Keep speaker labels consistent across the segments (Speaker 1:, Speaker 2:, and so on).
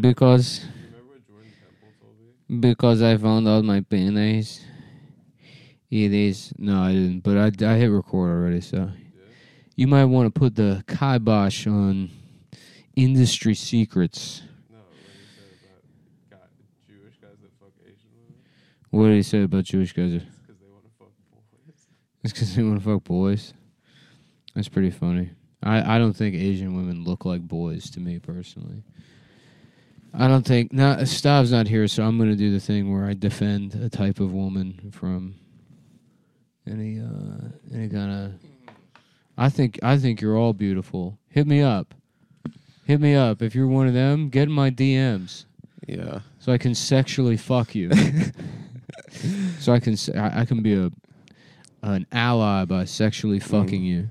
Speaker 1: because because I found out my pen ace. It is no, I didn't. But I, I hit record already, so you might want to put the kibosh on industry secrets.
Speaker 2: No, like you said about guy, Jewish guys that fuck Asian women,
Speaker 1: What did he say about Jewish guys?
Speaker 2: it's 'cause they want to fuck boys.
Speaker 1: It's because they want to fuck boys. That's pretty funny. I, I don't think Asian women look like boys to me personally. I don't think not Stav's not here, so I'm gonna do the thing where I defend a type of woman from any uh any kind of. I think I think you're all beautiful. Hit me up, hit me up if you're one of them. Get in my DMs
Speaker 2: Yeah.
Speaker 1: so I can sexually fuck you. so I can s- I I can be a an ally by sexually
Speaker 2: Mm-hmm.
Speaker 1: fucking you.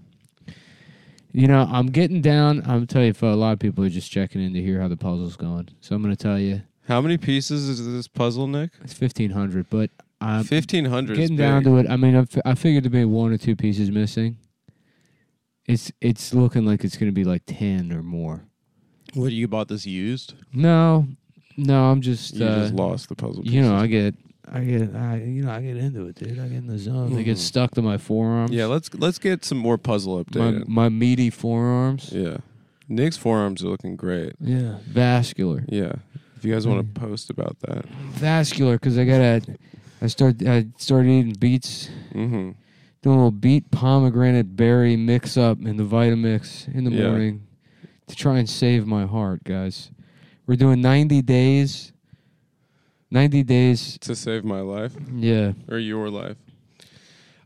Speaker 1: You know, I'm getting down. I'm telling you, for a lot of people are just checking in to hear how the puzzle's going. So I'm going to tell you,
Speaker 2: How many pieces is this puzzle, Nick?
Speaker 1: it's 1500, but I'm
Speaker 2: Fifteen hundred.
Speaker 1: Uh, getting down to it. I mean, I've, I figured there may be one or two pieces missing. It's it's looking like it's going to be like 10 or more.
Speaker 2: What you bought this used?
Speaker 1: No, no, I'm just
Speaker 2: You
Speaker 1: uh,
Speaker 2: just lost the puzzle.
Speaker 1: you know, I get, I get, I, you know, I get into it, dude. I get in the zone. They get
Speaker 2: Mhm.
Speaker 1: stuck to my forearms.
Speaker 2: yeah. Let's let's get some more puzzle
Speaker 1: my,
Speaker 2: updated.
Speaker 1: my meaty forearms. Yeah.
Speaker 2: yeah, Nick's forearms are looking great.
Speaker 1: vascular,
Speaker 2: Yeah, if you
Speaker 1: Mm.
Speaker 2: guys want to post about that,
Speaker 1: vascular, because I gotta, I start, I started eating beets,
Speaker 2: mm-hmm.
Speaker 1: doing a little beet pomegranate berry mix up in the Vitamix in the
Speaker 2: Yeah.
Speaker 1: morning to try and save my heart, guys. We're doing ninety days. Ninety days.
Speaker 2: to save my life
Speaker 1: Yeah.
Speaker 2: or your life.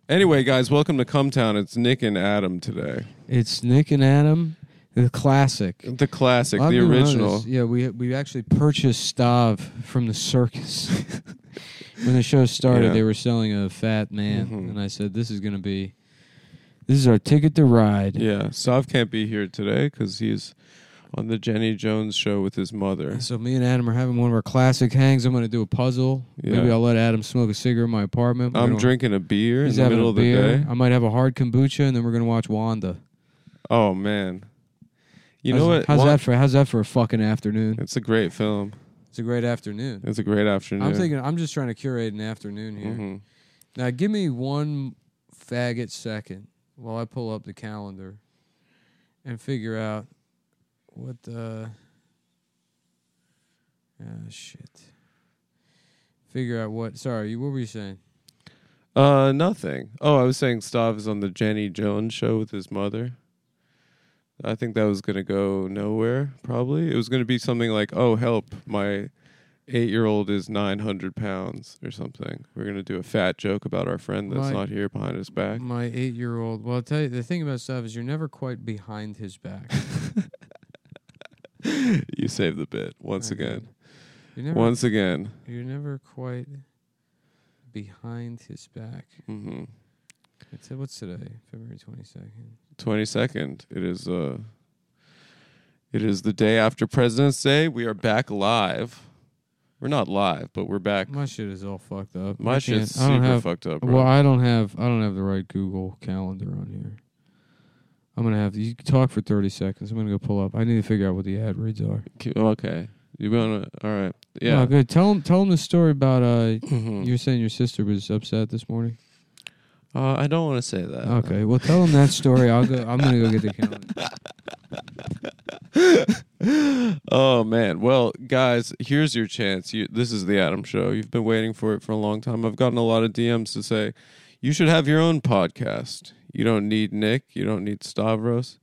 Speaker 2: Anyway, guys, welcome to Cumtown. It's Nick and Adam today.
Speaker 1: It's Nick and Adam, the classic.
Speaker 2: The classic,
Speaker 1: I'll
Speaker 2: the
Speaker 1: be
Speaker 2: original.
Speaker 1: honest, Yeah, we we actually purchased Stav from the circus. when the show started,
Speaker 2: Yeah.
Speaker 1: they were selling a fat man,
Speaker 2: Mhm.
Speaker 1: and I said, "This is going to be, this is our ticket to ride."
Speaker 2: Yeah, Sav can't be here today because he's on the Jenny Jones show with his mother.
Speaker 1: So me and Adam are having one of our classic hangs. I'm going to do a puzzle. Maybe
Speaker 2: Yeah.
Speaker 1: I'll let Adam smoke a cigarette in my apartment. We're
Speaker 2: I'm
Speaker 1: gonna-
Speaker 2: drinking a beer in
Speaker 1: he's
Speaker 2: the
Speaker 1: having
Speaker 2: middle
Speaker 1: a
Speaker 2: of the
Speaker 1: beer.
Speaker 2: day.
Speaker 1: I might have a hard kombucha, and then we're going to watch Wanda.
Speaker 2: Oh man, you know
Speaker 1: How's-
Speaker 2: what?
Speaker 1: How's
Speaker 2: Wa-
Speaker 1: that for? How's that for a fucking afternoon?
Speaker 2: It's a great film.
Speaker 1: It's a great afternoon.
Speaker 2: It's a great afternoon.
Speaker 1: I'm thinking. I'm just trying to curate an afternoon here.
Speaker 2: Mhm.
Speaker 1: Now, give me one faggot second while I pull up the calendar and figure out what the. Oh, shit. Figure out what. Sorry, you- what were you saying?
Speaker 2: Uh, nothing. Oh, I was saying Stav is on the Jenny Jones show with his mother. I think that was gonna go nowhere. Probably it was gonna be something like, "Oh, help! My eight-year-old is nine hundred pounds or something." We're gonna do a fat joke about our friend that's
Speaker 1: My-
Speaker 2: not here behind his back.
Speaker 1: My eight year old. Well, I'll tell you, the thing about stuff is you're never quite behind his back.
Speaker 2: you saved the bit once
Speaker 1: I did.
Speaker 2: again.
Speaker 1: You're never,
Speaker 2: Once again.
Speaker 1: you're never quite behind his back.
Speaker 2: Mm-hmm.
Speaker 1: It's, what's today? February 22nd.
Speaker 2: Twenty second. It is. Uh, it is the day after President's Day. We are back live. We're not live, but we're back.
Speaker 1: My shit is all fucked up. I
Speaker 2: My shit's
Speaker 1: can't- I don't
Speaker 2: super
Speaker 1: have
Speaker 2: fucked up. Bro.
Speaker 1: Well, I don't have I don't have the right Google Calendar on here. I'm gonna have you talk for thirty seconds. I'm gonna go pull up. I need to figure out what the ad reads are.
Speaker 2: K- oh, okay. You wanna? All right. Yeah.
Speaker 1: No, good. Tell him tell him the story about uh.
Speaker 2: Mhm.
Speaker 1: You were saying your sister was upset this morning.
Speaker 2: uh, I don't want to say that.
Speaker 1: Okay, well tell him that story. I'll go. I'm gonna go get the calendar.
Speaker 2: Oh man. Well, guys, here's your chance. You, this is the Adam Show. You've been waiting for it for a long time. I've gotten a lot of DMs to say you should have your own podcast. You don't need Nick. You don't need Stavros.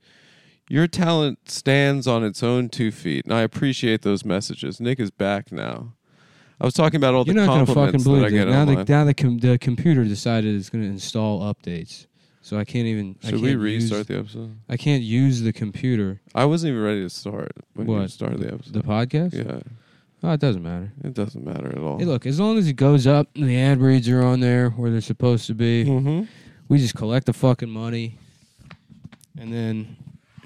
Speaker 2: Your talent stands on its own two feet, and I appreciate those messages. Nick is back now. I was talking about all
Speaker 1: You're
Speaker 2: the
Speaker 1: not gonna fucking
Speaker 2: compliments
Speaker 1: believe
Speaker 2: that I
Speaker 1: it.
Speaker 2: get
Speaker 1: Now the
Speaker 2: online.
Speaker 1: now the, com- the computer decided it's gonna install updates, so I can't even. I
Speaker 2: should
Speaker 1: can't
Speaker 2: we restart
Speaker 1: Use,
Speaker 2: the episode?
Speaker 1: I can't use the computer.
Speaker 2: I wasn't even ready to start when you
Speaker 1: What?
Speaker 2: started the episode.
Speaker 1: The podcast?
Speaker 2: yeah,
Speaker 1: Oh, it doesn't matter.
Speaker 2: it doesn't matter at all.
Speaker 1: Hey, look, as long as it goes up and the ad reads are on there where they're supposed to be,
Speaker 2: hmm
Speaker 1: we just collect the fucking money. And then,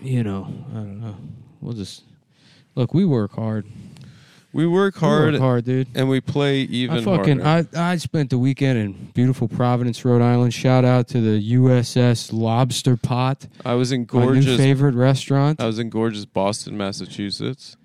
Speaker 1: you know, I don't know. We'll just look, we work hard.
Speaker 2: We work hard,
Speaker 1: We work hard, dude.
Speaker 2: and we play even
Speaker 1: I fucking
Speaker 2: harder.
Speaker 1: I, I spent the weekend in beautiful Providence, Rhode Island. Shout out to the USS Lobster Pot,
Speaker 2: I, was in
Speaker 1: my new
Speaker 2: gorgeous. Uh,
Speaker 1: favorite restaurant.
Speaker 2: I was in gorgeous Boston, Massachusetts.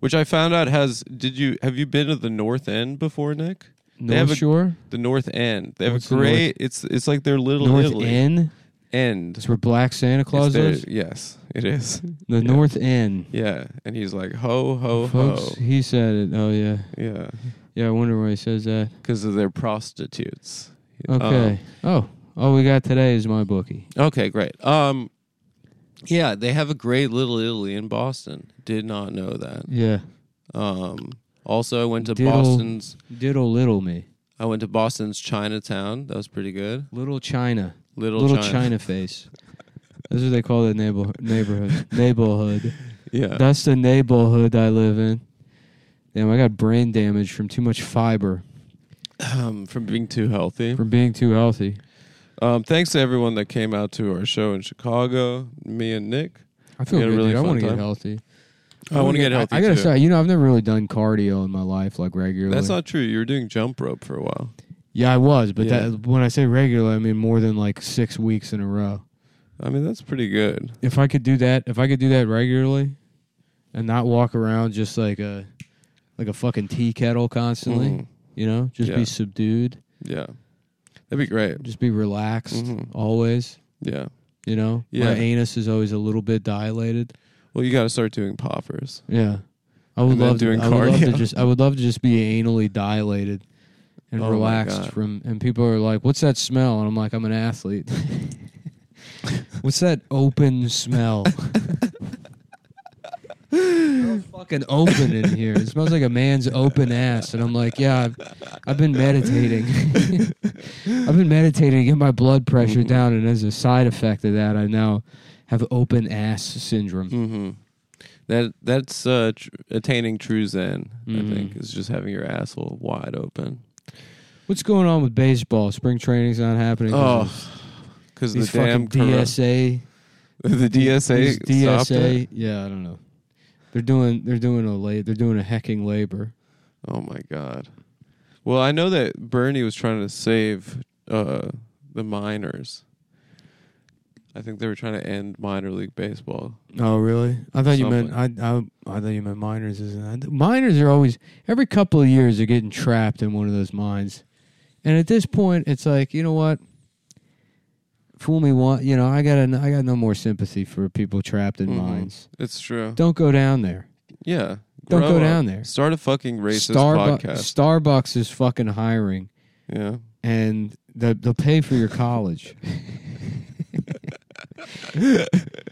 Speaker 2: which I found out has. Did you have you been to the North End before, Nick? They have
Speaker 1: North
Speaker 2: a-
Speaker 1: Shore,
Speaker 2: The North End. They have
Speaker 1: What's
Speaker 2: a
Speaker 1: the North-
Speaker 2: great. It's it's like their little
Speaker 1: North
Speaker 2: Italy.
Speaker 1: End.
Speaker 2: End.
Speaker 1: That's where Black Santa Claus
Speaker 2: It's their-
Speaker 1: lives.
Speaker 2: Yes, it is. yeah.
Speaker 1: The
Speaker 2: Oh,
Speaker 1: North End.
Speaker 2: Yeah, and he's like ho ho
Speaker 1: Folks,
Speaker 2: ho.
Speaker 1: he said it. Oh yeah,
Speaker 2: Yeah,
Speaker 1: yeah. I wonder why he says that.
Speaker 2: because of their prostitutes. Um,
Speaker 1: Okay. oh, all we got today is my bookie.
Speaker 2: Okay, great. Um, yeah, they have a great Little Italy in Boston. Did not know that.
Speaker 1: Yeah.
Speaker 2: Um, also, I went to
Speaker 1: Diddle.
Speaker 2: Boston's.
Speaker 1: Diddle little me.
Speaker 2: I went to Boston's Chinatown. That was pretty good.
Speaker 1: Little China.
Speaker 2: Little,
Speaker 1: Little,
Speaker 2: China.
Speaker 1: China. face. That's what they call the neighbor neighborhood. neighborhood.
Speaker 2: Yeah.
Speaker 1: That's the neighborhood I live in. Damn, I got brain damage from too much fiber
Speaker 2: um, from being too healthy.
Speaker 1: from being too healthy.
Speaker 2: Um, thanks to everyone that came out to our show in Chicago. Me and Nick.
Speaker 1: I feel
Speaker 2: We had a
Speaker 1: good.
Speaker 2: really
Speaker 1: dude. I
Speaker 2: fun
Speaker 1: want to
Speaker 2: time.
Speaker 1: get healthy.
Speaker 2: I want to get healthy
Speaker 1: I, gotta
Speaker 2: too.
Speaker 1: say, you know, I've never really done cardio in my life like regularly.
Speaker 2: That's not true. You were doing jump rope for a while.
Speaker 1: Yeah, I was, but
Speaker 2: Yeah.
Speaker 1: that when I say regular, I mean more than like six weeks in a row.
Speaker 2: I mean, that's pretty good.
Speaker 1: If I could do that, if I could do that regularly, and not walk around just like a like a fucking tea kettle constantly,
Speaker 2: Mhm.
Speaker 1: you know, just
Speaker 2: Yeah.
Speaker 1: be subdued,
Speaker 2: Yeah, that'd be great.
Speaker 1: just be relaxed
Speaker 2: Mhm.
Speaker 1: always.
Speaker 2: Yeah.
Speaker 1: You know,
Speaker 2: Yeah.
Speaker 1: my anus is always a little bit dilated.
Speaker 2: Well, you got to start doing poppers.
Speaker 1: Yeah, I would
Speaker 2: And then
Speaker 1: love
Speaker 2: doing
Speaker 1: to, I would love to
Speaker 2: cardio.
Speaker 1: just I would love to just be anally dilated and
Speaker 2: Oh my
Speaker 1: relaxed
Speaker 2: God.
Speaker 1: from. And people are like, "What's that smell?" And I'm like, "I'm an athlete." What's that open smell? It's fucking open in here. It smells like a man's open ass, and I'm like, yeah, I've, I've been meditating. I've been meditating to get my blood pressure
Speaker 2: Mhm.
Speaker 1: down, and as a side effect of that, I now have open ass syndrome.
Speaker 2: Mm-hmm. That that's uh, tr- attaining true zen. I
Speaker 1: Mhm.
Speaker 2: think is just having your asshole wide open.
Speaker 1: What's going on with baseball? Spring training's not happening. 'cause of
Speaker 2: Oh, because the
Speaker 1: these
Speaker 2: damn
Speaker 1: fucking
Speaker 2: corru-
Speaker 1: DSA,
Speaker 2: the DSA,
Speaker 1: these
Speaker 2: stopped it?
Speaker 1: DSA. Yeah, I don't know. They're doing they're doing a la- they're doing a hecking labor.
Speaker 2: Oh my god. Well, I know that Bernie was trying to save uh, the minors. I think they were trying to end minor league baseball.
Speaker 1: Oh really? I thought
Speaker 2: you meant-
Speaker 1: meant I, I I thought you meant miners. Isn't miners are always every couple of years they're getting trapped in one of those mines, and at this point it's like you know what. Fool me once, you know. I got a, I got no more sympathy for people trapped in
Speaker 2: Mhm.
Speaker 1: mines.
Speaker 2: It's true.
Speaker 1: Don't go down there.
Speaker 2: yeah.
Speaker 1: Don't
Speaker 2: grow
Speaker 1: go
Speaker 2: up.
Speaker 1: down there.
Speaker 2: Start a fucking racist
Speaker 1: Starbu-
Speaker 2: podcast.
Speaker 1: Starbucks is fucking hiring,
Speaker 2: Yeah.
Speaker 1: and they'll, they'll pay for your college.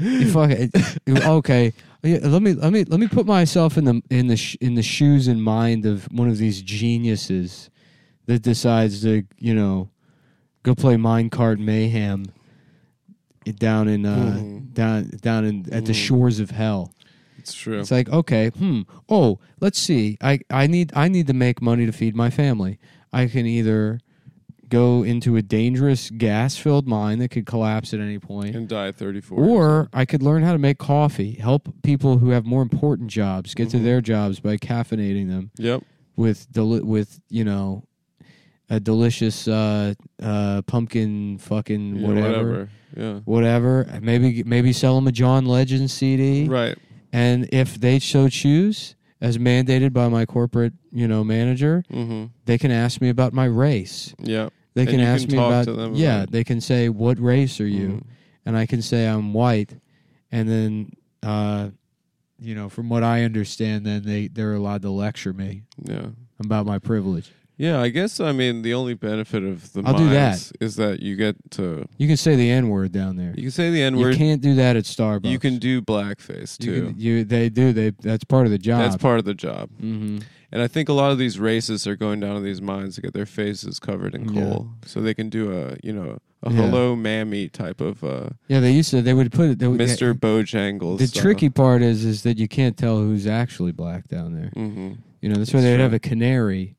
Speaker 1: you fucking okay. Yeah, Let me let me let me put myself in the in the sh- in the shoes and mind of one of these geniuses that decides to you know go play minecart mayhem down in uh,
Speaker 2: Mhm.
Speaker 1: down down in at the
Speaker 2: Mhm.
Speaker 1: shores of hell.
Speaker 2: It's true.
Speaker 1: It's like, okay, hmm. Oh, let's see. I, I need I need to make money to feed my family. I can either go into a dangerous gas filled mine that could collapse at any point.
Speaker 2: and die at 34.
Speaker 1: Or I could learn how to make coffee, help people who have more important jobs get
Speaker 2: Mhm.
Speaker 1: to their jobs by caffeinating them
Speaker 2: Yep.
Speaker 1: with deli- with you know a delicious uh, uh, pumpkin fucking
Speaker 2: Yeah,
Speaker 1: whatever,
Speaker 2: Yeah.
Speaker 1: whatever. Maybe maybe sell them a John Legend CD.
Speaker 2: Right.
Speaker 1: And if they so choose, as mandated by my corporate, you know, manager,
Speaker 2: Mm-hmm.
Speaker 1: they can ask me about my race.
Speaker 2: Yeah.
Speaker 1: They
Speaker 2: And
Speaker 1: can
Speaker 2: you
Speaker 1: ask
Speaker 2: can
Speaker 1: me
Speaker 2: talk
Speaker 1: about,
Speaker 2: to them
Speaker 1: yeah,
Speaker 2: about Mm-hmm. it.
Speaker 1: they can say what race are you? And I can say I'm white. And then uh you know, from what I understand then they they're allowed to lecture me
Speaker 2: Yeah.
Speaker 1: about my privilege.
Speaker 2: Yeah. I guess I mean the only benefit of the
Speaker 1: I'll do
Speaker 2: mines is that you get to
Speaker 1: You can say the n-word down there.
Speaker 2: you can say the n
Speaker 1: You
Speaker 2: word.
Speaker 1: can't do that at Starbucks.
Speaker 2: You can do blackface
Speaker 1: you,
Speaker 2: too.
Speaker 1: can- you they do they that's part of the job.
Speaker 2: That's part of the job.
Speaker 1: mm-hmm.
Speaker 2: And I think a lot of these racists are going down to these mines to get their faces covered in
Speaker 1: Yeah.
Speaker 2: coal, so they can do a you know a
Speaker 1: Yeah.
Speaker 2: hello mammy type of uh,
Speaker 1: Yeah, they used to they would put it they would,
Speaker 2: Mr. Bojangles.
Speaker 1: Oh,
Speaker 2: uh,
Speaker 1: The tricky part is is that you can't tell who's actually black down there.
Speaker 2: hmm
Speaker 1: You know, that's why they'd
Speaker 2: Sure.
Speaker 1: have a canary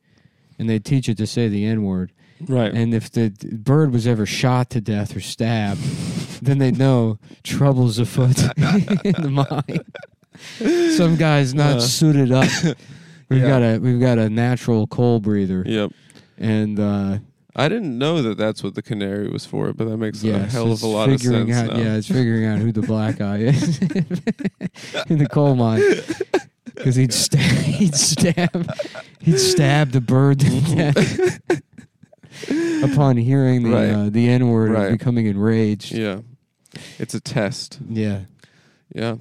Speaker 1: and they'd teach it to say the N word.
Speaker 2: Right.
Speaker 1: And if the d- bird was ever shot to death or stabbed, then they'd know trouble's afoot in the mine. Some guy's not
Speaker 2: Uh.
Speaker 1: suited up. We've
Speaker 2: Yeah.
Speaker 1: got a we've got a natural coal breather,
Speaker 2: yep.
Speaker 1: and uh,
Speaker 2: I didn't know that that's what the canary was for, but that makes
Speaker 1: yes,
Speaker 2: a hell of
Speaker 1: it's
Speaker 2: a lot of
Speaker 1: figuring
Speaker 2: sense
Speaker 1: out-
Speaker 2: now.
Speaker 1: Yeah, it's figuring out who the black guy is in the coal mine. because he'd stab, he'd stab, he'd stab the bird to death. Upon hearing the
Speaker 2: Mm-hmm. Right.
Speaker 1: uh, the N word
Speaker 2: Right.
Speaker 1: and becoming enraged,
Speaker 2: Yeah. It's a test.
Speaker 1: yeah,
Speaker 2: Yeah.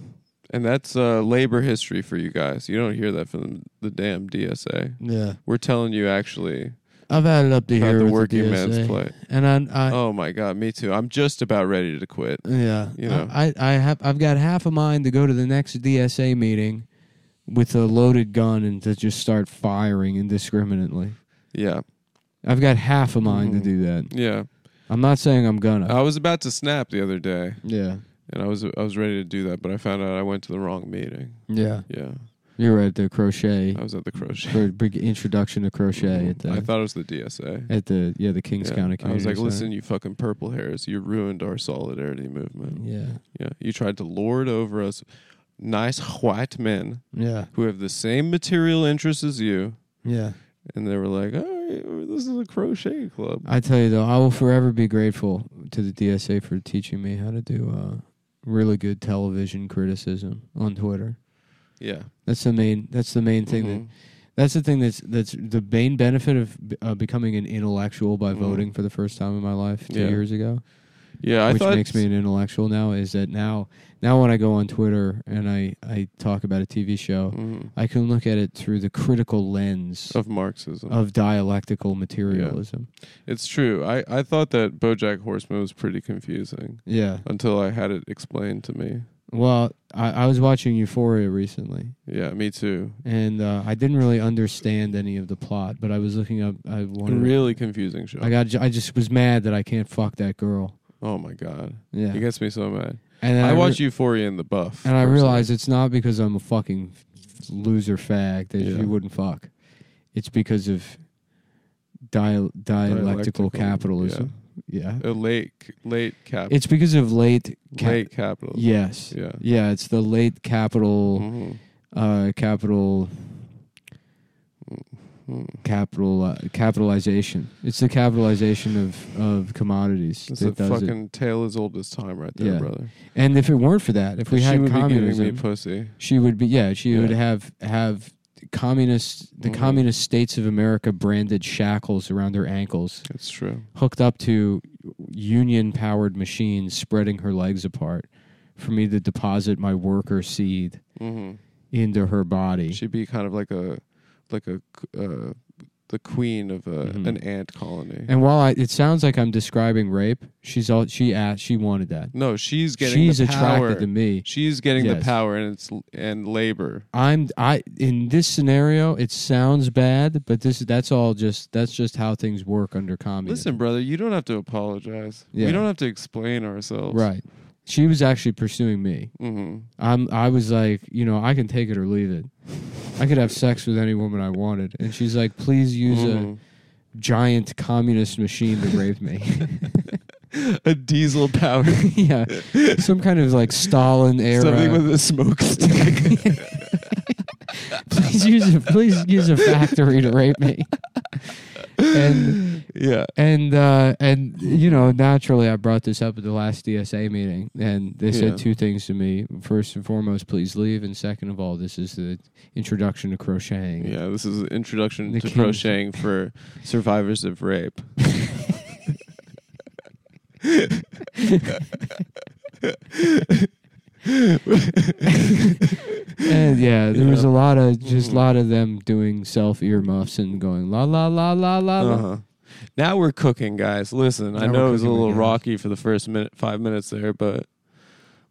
Speaker 2: And that's uh, labor history for you guys. You don't hear that from the damn DSA.
Speaker 1: yeah.
Speaker 2: We're telling you actually
Speaker 1: I've added up to
Speaker 2: about
Speaker 1: here
Speaker 2: the
Speaker 1: with
Speaker 2: working
Speaker 1: the
Speaker 2: man's
Speaker 1: DSA,
Speaker 2: plight.
Speaker 1: and I, I
Speaker 2: Oh my god, me too. I'm just about ready to quit.
Speaker 1: yeah,
Speaker 2: you know.
Speaker 1: I I have I've got half a mind to go to the next DSA meeting with a loaded gun and to just start firing indiscriminately.
Speaker 2: Yeah.
Speaker 1: I've got half a mind
Speaker 2: Mhm.
Speaker 1: to do that.
Speaker 2: Yeah.
Speaker 1: I'm not saying I'm gonna.
Speaker 2: I was about to snap the other day
Speaker 1: yeah,
Speaker 2: and I was I was ready to do that, but I found out I went to the wrong meeting.
Speaker 1: yeah.
Speaker 2: Yeah.
Speaker 1: You're right. The crochet
Speaker 2: I was at the crochet.
Speaker 1: for a big introduction to crochet at the
Speaker 2: Oh. I thought it was the DSA.
Speaker 1: at the yeah the Kings
Speaker 2: Yeah.
Speaker 1: County.
Speaker 2: I was
Speaker 1: Community
Speaker 2: like,
Speaker 1: Center.
Speaker 2: listen, you fucking purple hairs, you ruined our solidarity movement.
Speaker 1: Yeah,
Speaker 2: Yeah, you tried to lord over us nice white men
Speaker 1: yeah,
Speaker 2: who have the same material interests as you,
Speaker 1: yeah.
Speaker 2: and they were like, "All right, well, this is a crochet club."
Speaker 1: I tell you though, I will forever be grateful to the DSA for teaching me how to do uh, really good television criticism on Twitter.
Speaker 2: Yeah,
Speaker 1: That's the main. That's the main thing. That,
Speaker 2: Mhm.
Speaker 1: that's the thing that's that's the main benefit of uh, becoming an intellectual by
Speaker 2: Mhm.
Speaker 1: voting for the first time in my life two
Speaker 2: Yeah.
Speaker 1: years ago.
Speaker 2: yeah, I
Speaker 1: which
Speaker 2: thought
Speaker 1: makes me an intellectual now is that now now when I go on Twitter and I I talk about a TV show,
Speaker 2: Mhm.
Speaker 1: I can look at it through the critical lens of,
Speaker 2: of Marxism.
Speaker 1: Uh, dialectical materialism.
Speaker 2: it's true. I I thought that BoJack Horseman was pretty confusing
Speaker 1: Yeah.
Speaker 2: until I had it explained to me.
Speaker 1: Well, I, I was watching Euphoria recently,
Speaker 2: Yeah, me too.
Speaker 1: and uh, I didn't really understand any of the plot, but I was looking up. I wanted.
Speaker 2: really confusing show.
Speaker 1: I got. I just was mad that I can't fuck that girl.
Speaker 2: oh my god,
Speaker 1: Yeah.
Speaker 2: it gets me so mad.
Speaker 1: And then
Speaker 2: I
Speaker 1: re-
Speaker 2: watch Euphoria in the buff,
Speaker 1: And I
Speaker 2: personally.
Speaker 1: realize it's not because I'm a fucking loser fag that
Speaker 2: Yeah.
Speaker 1: you wouldn't fuck. It's because of dia- dialectical
Speaker 2: Dialectical,
Speaker 1: capitalism. Yeah.
Speaker 2: a late late cap
Speaker 1: It's because of late. Ca-
Speaker 2: late capitalism.
Speaker 1: Yes.
Speaker 2: Yeah.
Speaker 1: Yeah, it's the late capital,
Speaker 2: Mhm.
Speaker 1: uh, capital,
Speaker 2: Mhm.
Speaker 1: capital, uh, capitalization. It's the capitalization of, of commodities
Speaker 2: It's a
Speaker 1: that does it.
Speaker 2: fucking tale as old as time, right there,
Speaker 1: Yeah.
Speaker 2: brother.
Speaker 1: And if it weren't for that, if we
Speaker 2: she
Speaker 1: had
Speaker 2: would be
Speaker 1: communism,
Speaker 2: giving me pussy.
Speaker 1: She would be yeah, she would
Speaker 2: Yeah.
Speaker 1: have have communist the
Speaker 2: Mhm.
Speaker 1: communist states of America branded shackles around her ankles,
Speaker 2: It's true.
Speaker 1: hooked up to union powered machines spreading her legs apart for me to deposit my worker seed
Speaker 2: hmm
Speaker 1: into her body.
Speaker 2: She'd be kind of like a, like a, uh, the queen of a,
Speaker 1: Mhm.
Speaker 2: an ant colony.
Speaker 1: and while I, it sounds like I'm describing rape, she's all she asked she wanted that.
Speaker 2: no, she's getting
Speaker 1: She's
Speaker 2: the power.
Speaker 1: attracted to me.
Speaker 2: She's getting the
Speaker 1: Yes.
Speaker 2: power and it's and labor.
Speaker 1: I'm I in this scenario it sounds bad, but this that's all just that's just how things work under communism.
Speaker 2: Listen, brother, you don't have to apologize.
Speaker 1: Yeah.
Speaker 2: We don't have to explain ourselves.
Speaker 1: Right. She was actually pursuing me.
Speaker 2: hmm
Speaker 1: I'm I was like, you know, I can take it or leave it. I could have sex with any woman I wanted. And she's like, please use
Speaker 2: Mhm.
Speaker 1: a giant communist machine to rape me.
Speaker 2: a, diesel power.
Speaker 1: yeah. Some kind of like Stalin era.
Speaker 2: Something with a smokestack.
Speaker 1: please use a please use a factory to rape me. And
Speaker 2: yeah.
Speaker 1: and uh and you know, naturally I brought this up at the last DSA meeting and they
Speaker 2: Yeah.
Speaker 1: said two things to me. First and foremost, please leave and second of all, this is the introduction to crocheting.
Speaker 2: Yeah, this is an introduction
Speaker 1: The
Speaker 2: to
Speaker 1: kings.
Speaker 2: crocheting for survivors of rape.
Speaker 1: and yeah, there was
Speaker 2: Yeah.
Speaker 1: a lot of just
Speaker 2: Mhm.
Speaker 1: a lot of them doing self earmuffs and going la la la la la la.
Speaker 2: Uh-huh. Now we're cooking, guys. Listen, I
Speaker 1: Now
Speaker 2: know
Speaker 1: we're
Speaker 2: it was a
Speaker 1: cooking,
Speaker 2: little
Speaker 1: guys.
Speaker 2: rocky for the first minute, five minutes there, but